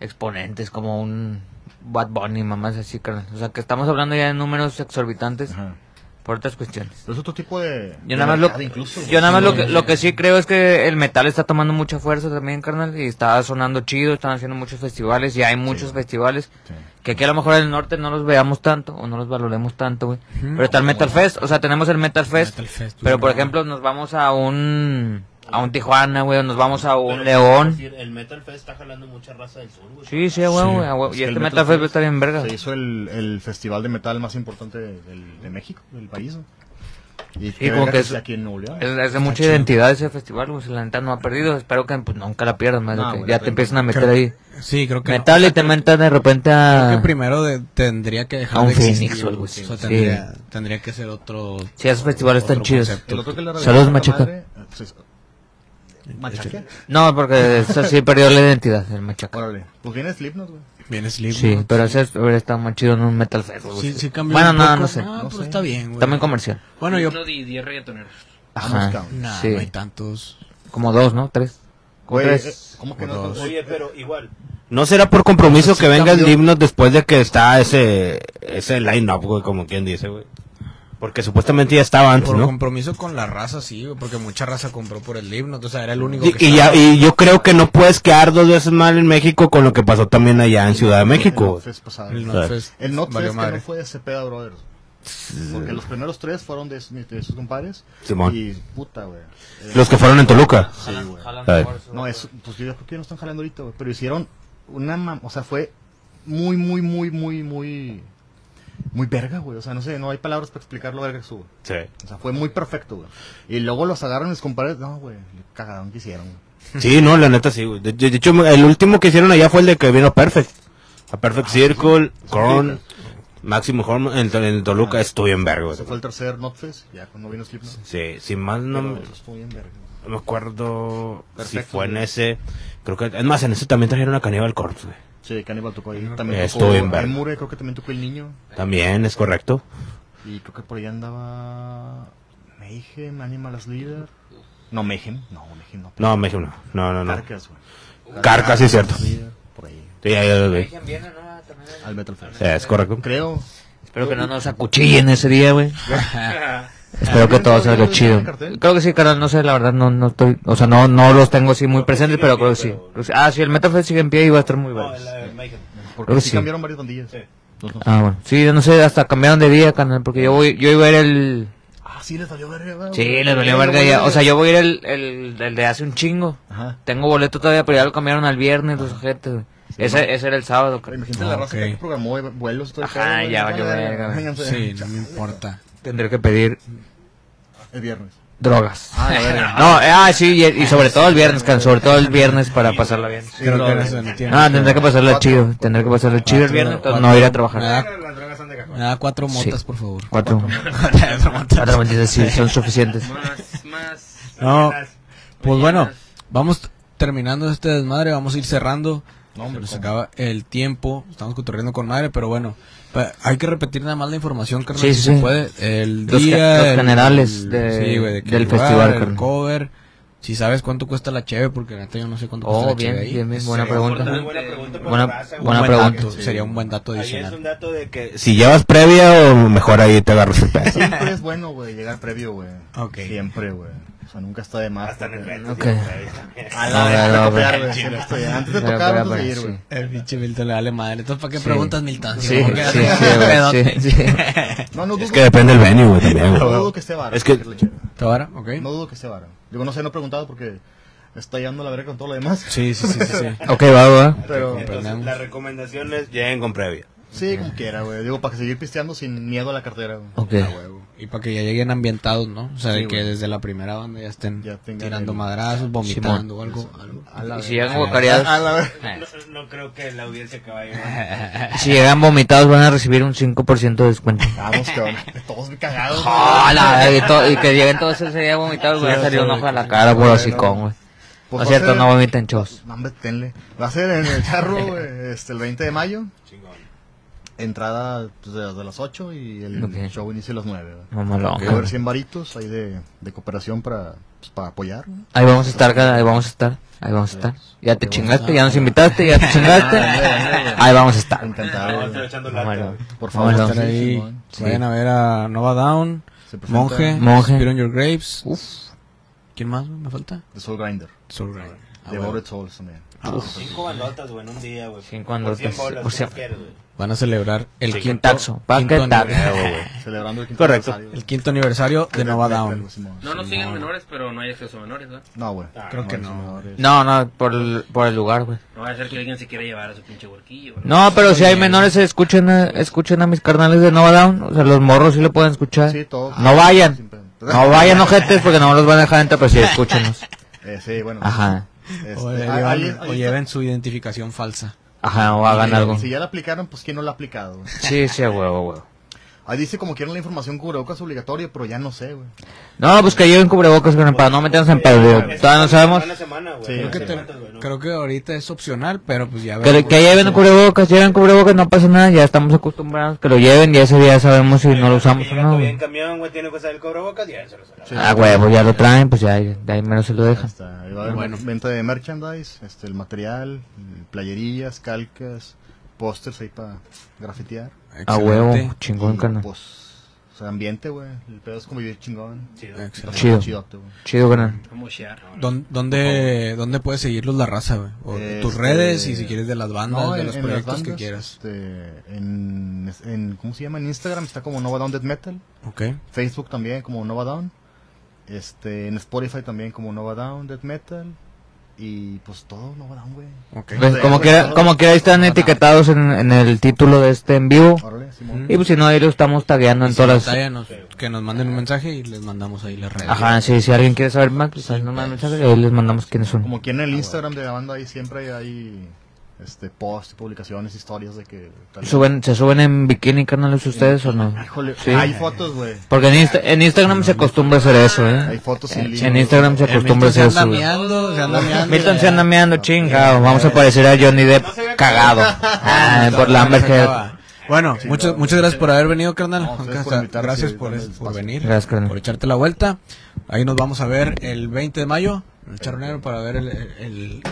exponentes como un Bad Bunny, mamás así, carnal. O sea, que estamos hablando ya de números exorbitantes
Ajá.
por otras cuestiones.
Pero es otro tipo de. de
Yo nada más
mercado
lo,
incluso,
yo
güey.
nada más lo, que,
Sí,
lo que sí creo es que el metal está tomando mucha fuerza también, carnal. Y está sonando chido, están haciendo muchos festivales y hay muchos festivales.
sí.
Que aquí a lo mejor en el norte no los veamos tanto o no los valoremos tanto, güey. Pero está el Metal Fest, o sea, tenemos el Metal Fest.
Metal Fest,
pero
güey.
pues,
por ejemplo, nos vamos a un a un Tijuana, güey, o nos vamos a un
Pero, es
León.
decir, El Metal Fest está jalando mucha raza del sur, güey.
Sí, sí, güey, güey, a huevo.
Es
Y
que
este
el
Metal Fest está bien verga.
Se
güey.
hizo el, el festival de metal más importante del- de México, del país. ¿no? Y qué
como
verga
que
que
es-
sea aquí en Nuevo León.
Es, es de mucha identidad ese festival, güey. si La neta no ha perdido. Espero que pues, nunca la pierdan, más de
No,
que
güey,
ya
pero-
te empiezan a meter
creo-
ahí.
Sí, creo que. no.
Metal y te metan de repente
Creo
a.
que primero de- tendría que dejar
A un
de existir,
Phoenix o algo
güey.
así.
sea,
Sí.
tendría, tendría que ser otro.
Sí, esos festivales están
otro
chidos.
concepto.
El otro que le
Saludos,
regalaron a la
Machaca.
madre, eh, pues, ¿Machaca?
No, porque eso sí perdió la identidad, el machaca.
Órale. Pues viene Slipknot, güey.
Bien Slipknot.
Sí, pero ese hubiera estado más chido en un Metal Fest, güey.
Sí, sí cambió
Bueno,
un
no,
poco.
no sé.
Ah,
No
pero
sé.
está bien, güey.
Está muy comercial.
Bueno, yo.
Uno de 10 reggaetoneros.
Ajá.
Vamos, cabrón.
Nah,
Sí.
no hay tantos.
Como dos, ¿no? Tres. Como
Güey, eh,
tres.
¿cómo que
O
no?
dos.
Oye,
pero igual.
¿No será por compromiso que venga el
cambió.
himno después de que está ese, ese line-up, güey, como quien dice, güey? Porque supuestamente ya estaba antes,
Por
¿no?
compromiso con la raza, sí, güey, porque mucha raza compró por el himno, o sea, era el único
Y,
que
y
estaba.
ya, y yo creo que no puedes quedar dos veces mal en México con lo que pasó también allá en Ciudad de
El
México. güey.
Notfest pasado.
El
El
Notfest
Notfest
valió
que
madre.
no fue de Cepeda Brothers. Porque los primeros tres fueron de, esos- de sus compadres.
Simón.
Y puta, güey. Eh,
Los que fueron en Toluca.
sí, güey.
Ay.
No, es, pues yo creo que ya no están jalando ahorita, güey, Pero hicieron una mam... O sea, fue muy, muy, muy, muy, muy... Muy verga, güey. O sea, no sé, no hay palabras para explicar lo verga que estuvo.
Sí.
O sea, fue muy perfecto, güey. Y luego los agarran mis compadres. No, güey. el Cagadón que hicieron, güey.
Sí, no, la neta sí, güey. De, de- de hecho, el último que hicieron allá fue el de que vino Perfect. A Perfect
Ah, pues,
Circle, Korn, Máximo Horn en, en Toluca. Estuvo bien verga, güey.
Ese Ah, fue el tercer Notfest. Ya cuando vino Slipknot.
Sí, sin más no...
No,
me-
eso estuvo bien verga.
No me acuerdo si
Perfecto,
fue en
güey.
ese. Creo que. Es más, en ese también trajeron a Caníbal Corpse, güey.
Sí, Cannibal tocó ahí. También
Estuvo
tocó
bien verga.
Emure, creo que también tocó el niño.
También, es correcto.
Y creo que por ahí andaba... Mayhem, Animal Leader. No, Mayhem. No, Mayhem no.
No, México no. No, no, no.
Carcas, güey.
Carca, sí, es cierto. Sí,
Leader, por ahí.
ahí lo vi.
Al Metal Fest.
Sí, Es correcto.
Creo.
[LAUGHS] Espero que no nos acuchillen ese día, güey. Espero que todo salga chido. Creo que sí, carnal, no sé, la verdad, no, no estoy, o sea, no, no los tengo así muy presentes, pero creo que sí. Creo que sí. Ah, sí, el Metafest sigue en pie y va a estar muy bueno.
Porque
Creo que
sí
sí.
cambiaron varias bandillas. Entonces,
Ah, bueno. Sí, yo no sé, hasta cambiaron de día, carnal, porque yo voy, yo iba a ir el...
Ah, sí, les valió verga. güey.
Sí, les valió verga ya. O sea, yo voy a ir el, el, el de hace un chingo.
Ajá.
Tengo boleto todavía, pero ya lo cambiaron al viernes, los ojetes, güey. Ese, ese era el sábado,
Pero
carnal.
Imagínate la
Ah,
raza
ok.
que programó eh, vuelos todo el
Ajá,
pedo, güey.
ya valió
Ah,
verga, güey.
vénganse.
Sí, no me importa.
Tendré que pedir
El viernes.
drogas.
Ah, la
[LAUGHS]
verga.
No, eh, ah, sí, y, y sobre todo el viernes, carnal, sobre todo el viernes para pasarla bien.
Creo que eres el tiempo.
Ah, tendré que pasarla chido, tendré que pasarla chido el viernes, entonces no ir a
Me
trabajar.
da, me da cuatro motas, por favor. [LAUGHS]
Cuatro. Cuatro mentiras, Ah, sí, son suficientes.
Más, más.
No, pues
Rellenas.
bueno, vamos terminando este desmadre, vamos a ir cerrando.
No, hombre,
Se nos
¿cómo?
acaba el tiempo, estamos cotorreando con madre, pero bueno, pa- hay que repetir nada más la información, carnal,
Sí,
si
sí,
se
sí.
puede. El
Los
día,
ca- los
el-
generales de-
sí, güey, de qué
del
lugar,
festival,
el
carnal.
cover, si sabes cuánto cuesta la cheve, porque la neta yo no sé cuánto cuesta
Oh,
la cheve
bien,
ahí.
bien, bien,
Ese
buena
sería
pregunta.
Buena pregunta por
Buena-
la raza, güey.
un
buena
buen
pregunta.
dato, Sería un buen dato
Ahí es un
adicional.
dato de que
Si llevas previa o mejor ahí te agarras el pedo.
Siempre es bueno, güey, llegar previo, güey.
Ok.
Siempre, güey. O sea, nunca está de más.
hasta en el
porque-
reto.
Ok.
A
No,
la verga,
no,
tocar,
güey.
güey, siempre estoy- Antes de
Pero,
tocar,
pero,
antes de
pero,
ir,
sí.
güey.
El pinche Milton le vale madre. Entonces, ¿para qué
Sí.
preguntas, Milton?
Sí,
Como que-
sí, sí, güey, sí, sí.
No, no dudo.
Es que depende del venue, güey, también,
No
güey.
dudo que esté vara.
Es que-
porque la cheve.
[LAUGHS] ¿Te vara? Ok.
No dudo que esté vara. Digo, no sé, no he preguntado porque está llevando la verga con todo lo demás.
Sí, sí, sí, sí.
[LAUGHS]
sí.
Ok, va, va.
Pero
Comprendemos.
Entonces, la recomendación es lleguen con previa.
sí, como quiera, güey. Digo, para que seguir pisteando sin miedo a la cartera, güey.
Ok.
Y para que ya lleguen ambientados, ¿no? O sea,
Sí,
de que
güey.
desde la primera banda ya estén
Ya tengan
tirando
el-
madrazos, vomitando o algo. algo.
A la Ah,
Y si
verga.
llegan guacareados,
Eh.
No, no creo que la audiencia que va a
[LAUGHS]
llegar.
si llegan vomitados van a recibir un 5% de descuento.
Vamos, cabrón. [LAUGHS] Todos bien cagados. güey.
Ah, la verga, y, to- y que lleguen todos ese día vomitados, güey, a salir un ojo a la cara por hocicón, güey. No
Pues
es
va a
cierto,
ser-
no vomiten chos.
No, hombre, tenle. Va a ser en el charro, güey, este, el 20 de mayo. Entrada pues, de, de las 8 y el
Ok.
show inicia a las 9. güey.
Mamalón.
Va a haber 100 varitos ahí de, de cooperación para, pues, para apoyar. güey.
Ahí vamos a estar, cara, ahí vamos a estar, ahí vamos a estar. Ya te chingaste, ya nos invitaste, ya te [LAUGHS] chingaste. Ahí vamos a estar.
Ah,
Encantado.
Vamos
güey.
echando lata.
Mamalón.
güey.
Por favor,
Mamalón.
Estar
sí,
ahí.
Simón.
Sí.
Vayan a ver a Nova Down,
Se presenta
Monje,
Monje.
Spirit on Your Graves.
Uf.
¿Quién más güey? me falta?
The Soul Grinder.
Soul Grinder. Ah,
de
bueno.
Bored Souls también.
Cinco bandotas, güey, en un día, güey.
Cinco
Por
bandotas.
100 bolas,
Por cien-
¿qué quieres,
[LAUGHS]
güey?
Van a celebrar el
Sí.
quinto,
Taxo, va,
quinto
que taxo.
aniversario-
Eh,
Celebrando el quinto
Correcto.
aniversario.
el quinto aniversario de Nova Down.
Simón.
No nos siguen menores, pero no hay acceso a menores, ¿verdad?
No, güey.
Creo que
son
no.
menores.
No, no, por el, por el lugar, güey.
No va a ser que alguien se quiera llevar a su pinche huerquillo. ¿verdad?
No, pero si hay menores, escuchen a, escuchen a mis carnales de Nova Down. O sea, los morros sí lo pueden escuchar.
Sí, todo.
No
Sin
vayan.
pedo.
No vayan, ojetes, porque no los van a dejar entrar, pero sí, escúchenos.
Eh, sí, bueno.
Ajá.
Este,
O,
ah,
llevan-
ahí-
o
ahí está.
lleven su identificación falsa.
Ajá, o hagan
Eh,
algo.
Si ya la aplicaron, pues ¿quién no la ha aplicado? güey?
Sí, sí, a huevo, a huevo.
Ahí dice como quieren la información cubrebocas obligatoria, pero ya no sé, güey.
No, pues que lleven cubrebocas, carnal, para no meternos en pedo. digo, Todavía no sabemos.
Semana a semana, güey.
Sí.
No
Creo que,
sé
te-
cuántas, güey, no.
creo que ahorita es opcional, pero pues ya
Que,
veremos.
que lleven cubrebocas, lleven cubrebocas, no pasa nada, ya estamos acostumbrados que lo lleven y ese día sabemos si no lo usamos o
Llega
no.
todavía en
güey.
camión, güey, tiene cosas del cobrebocas y ya se los a la verga.
Ah, huevo, ya lo traen, pues ya, de ahí menos se lo
Ahí
dejan.
está. Ahí va a haber
Bueno.
venta de merchandise, este, el material, eh, playerillas, calcas, pósters ahí para grafitear.
A
Excelente.
Ah, huevo, chingón,
Y,
carnal.
Pues, o sea, ambiente, güey. El pedo es convivir chingón.
Excelente.
Chido.
Chidote, güey.
Chido, carnal.
Vamos a chear.
¿Dón- ¿Dónde, ¿Dónde puedes seguirlos la raza, güey? O
Este-
tus redes y si quieres de las bandas,
No,
de
en-
los
en las
proyectos que
bandas,
quieras.
este, en, en- ¿cómo se llama? En Instagram está como Nova Down Dead Metal.
Ok.
Facebook también como Nova Down. Este, en Spotify también como Nova Down, Dead Metal. Y pues todo Nova Down, güey.
Ok.
Pues, como quiera, como quiera, ahí están etiquetados en, en el título de este en vivo.
Órale, Simón.
Y pues si no, ahí lo estamos tagueando en
Si
todas las...
batalla, nos- que nos manden un mensaje y les mandamos ahí las redes.
Ajá, sí, si alguien quiere saber más, pues ahí nos mandan mensaje y ahí les mandamos quiénes son.
Como que
Ah,
en el Instagram de la banda ahí siempre hay este posts, publicaciones, historias de que tal-
¿Suben, ¿Se suben en bikini, carnales, ustedes o no?
Híjole,
Sí.
hay fotos, güey.
Porque en, Insta- en Instagram se acostumbra hacer eso,
Hay
¿eh?
fotos sin
En,
lío.
en Instagram se
El
acostumbra
Milton se
hacer eso.
anda
güey.
meando, se anda meando.
Milton se anda meando, chingado. Vamos a parecer a Johnny Depp cagado. Ah, por la Amber
Se
Heard.
acaba. Bueno, muchas, muchas gracias por haber venido, carnal.
No, ustedes
Acá
por
está.
invitarme,
gracias
sí,
por,
darme el
por
espacio.
venir,
Gracias, carnal.
por echarte la vuelta. Ahí nos vamos a ver el 20 de mayo, en el charronero, para ver el, el,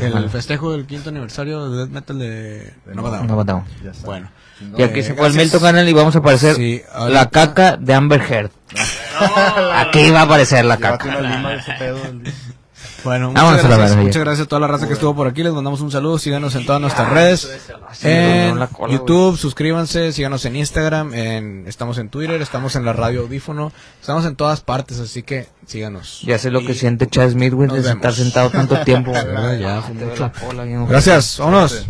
el- el festejo del quinto aniversario de Death Metal de Nova Down.
No matamos.
Ya está. [LAUGHS]
Bueno.
Sin
Y aquí
Eh,
se fue el
gracias.
Milton Canal y vamos a aparecer
Sí, ahorita- [LAUGHS]
la caca de Amber Heard. Aquí va a aparecer la
Llévate
caca.
una lima de ese pedo. el día.
Bueno,
Vámonos
muchas
a la
gracias,
verga.
muchas gracias a toda la raza que estuvo por aquí. Les mandamos un saludo. Síganos en todas nuestras redes.
me dolió
En
la cola,
YouTube, suscríbanse. Síganos en Instagram. En, estamos en Twitter. Estamos en la radio audífono. Estamos en todas partes. Así que síganos.
Ya sé lo que siente Chad Smith, güey,
Nos
de estar
vemos. [LAUGHS]
sentado tanto tiempo.
verdad, ya, fue
Te veo la cola, bien, güey.
Gracias. Vámonos.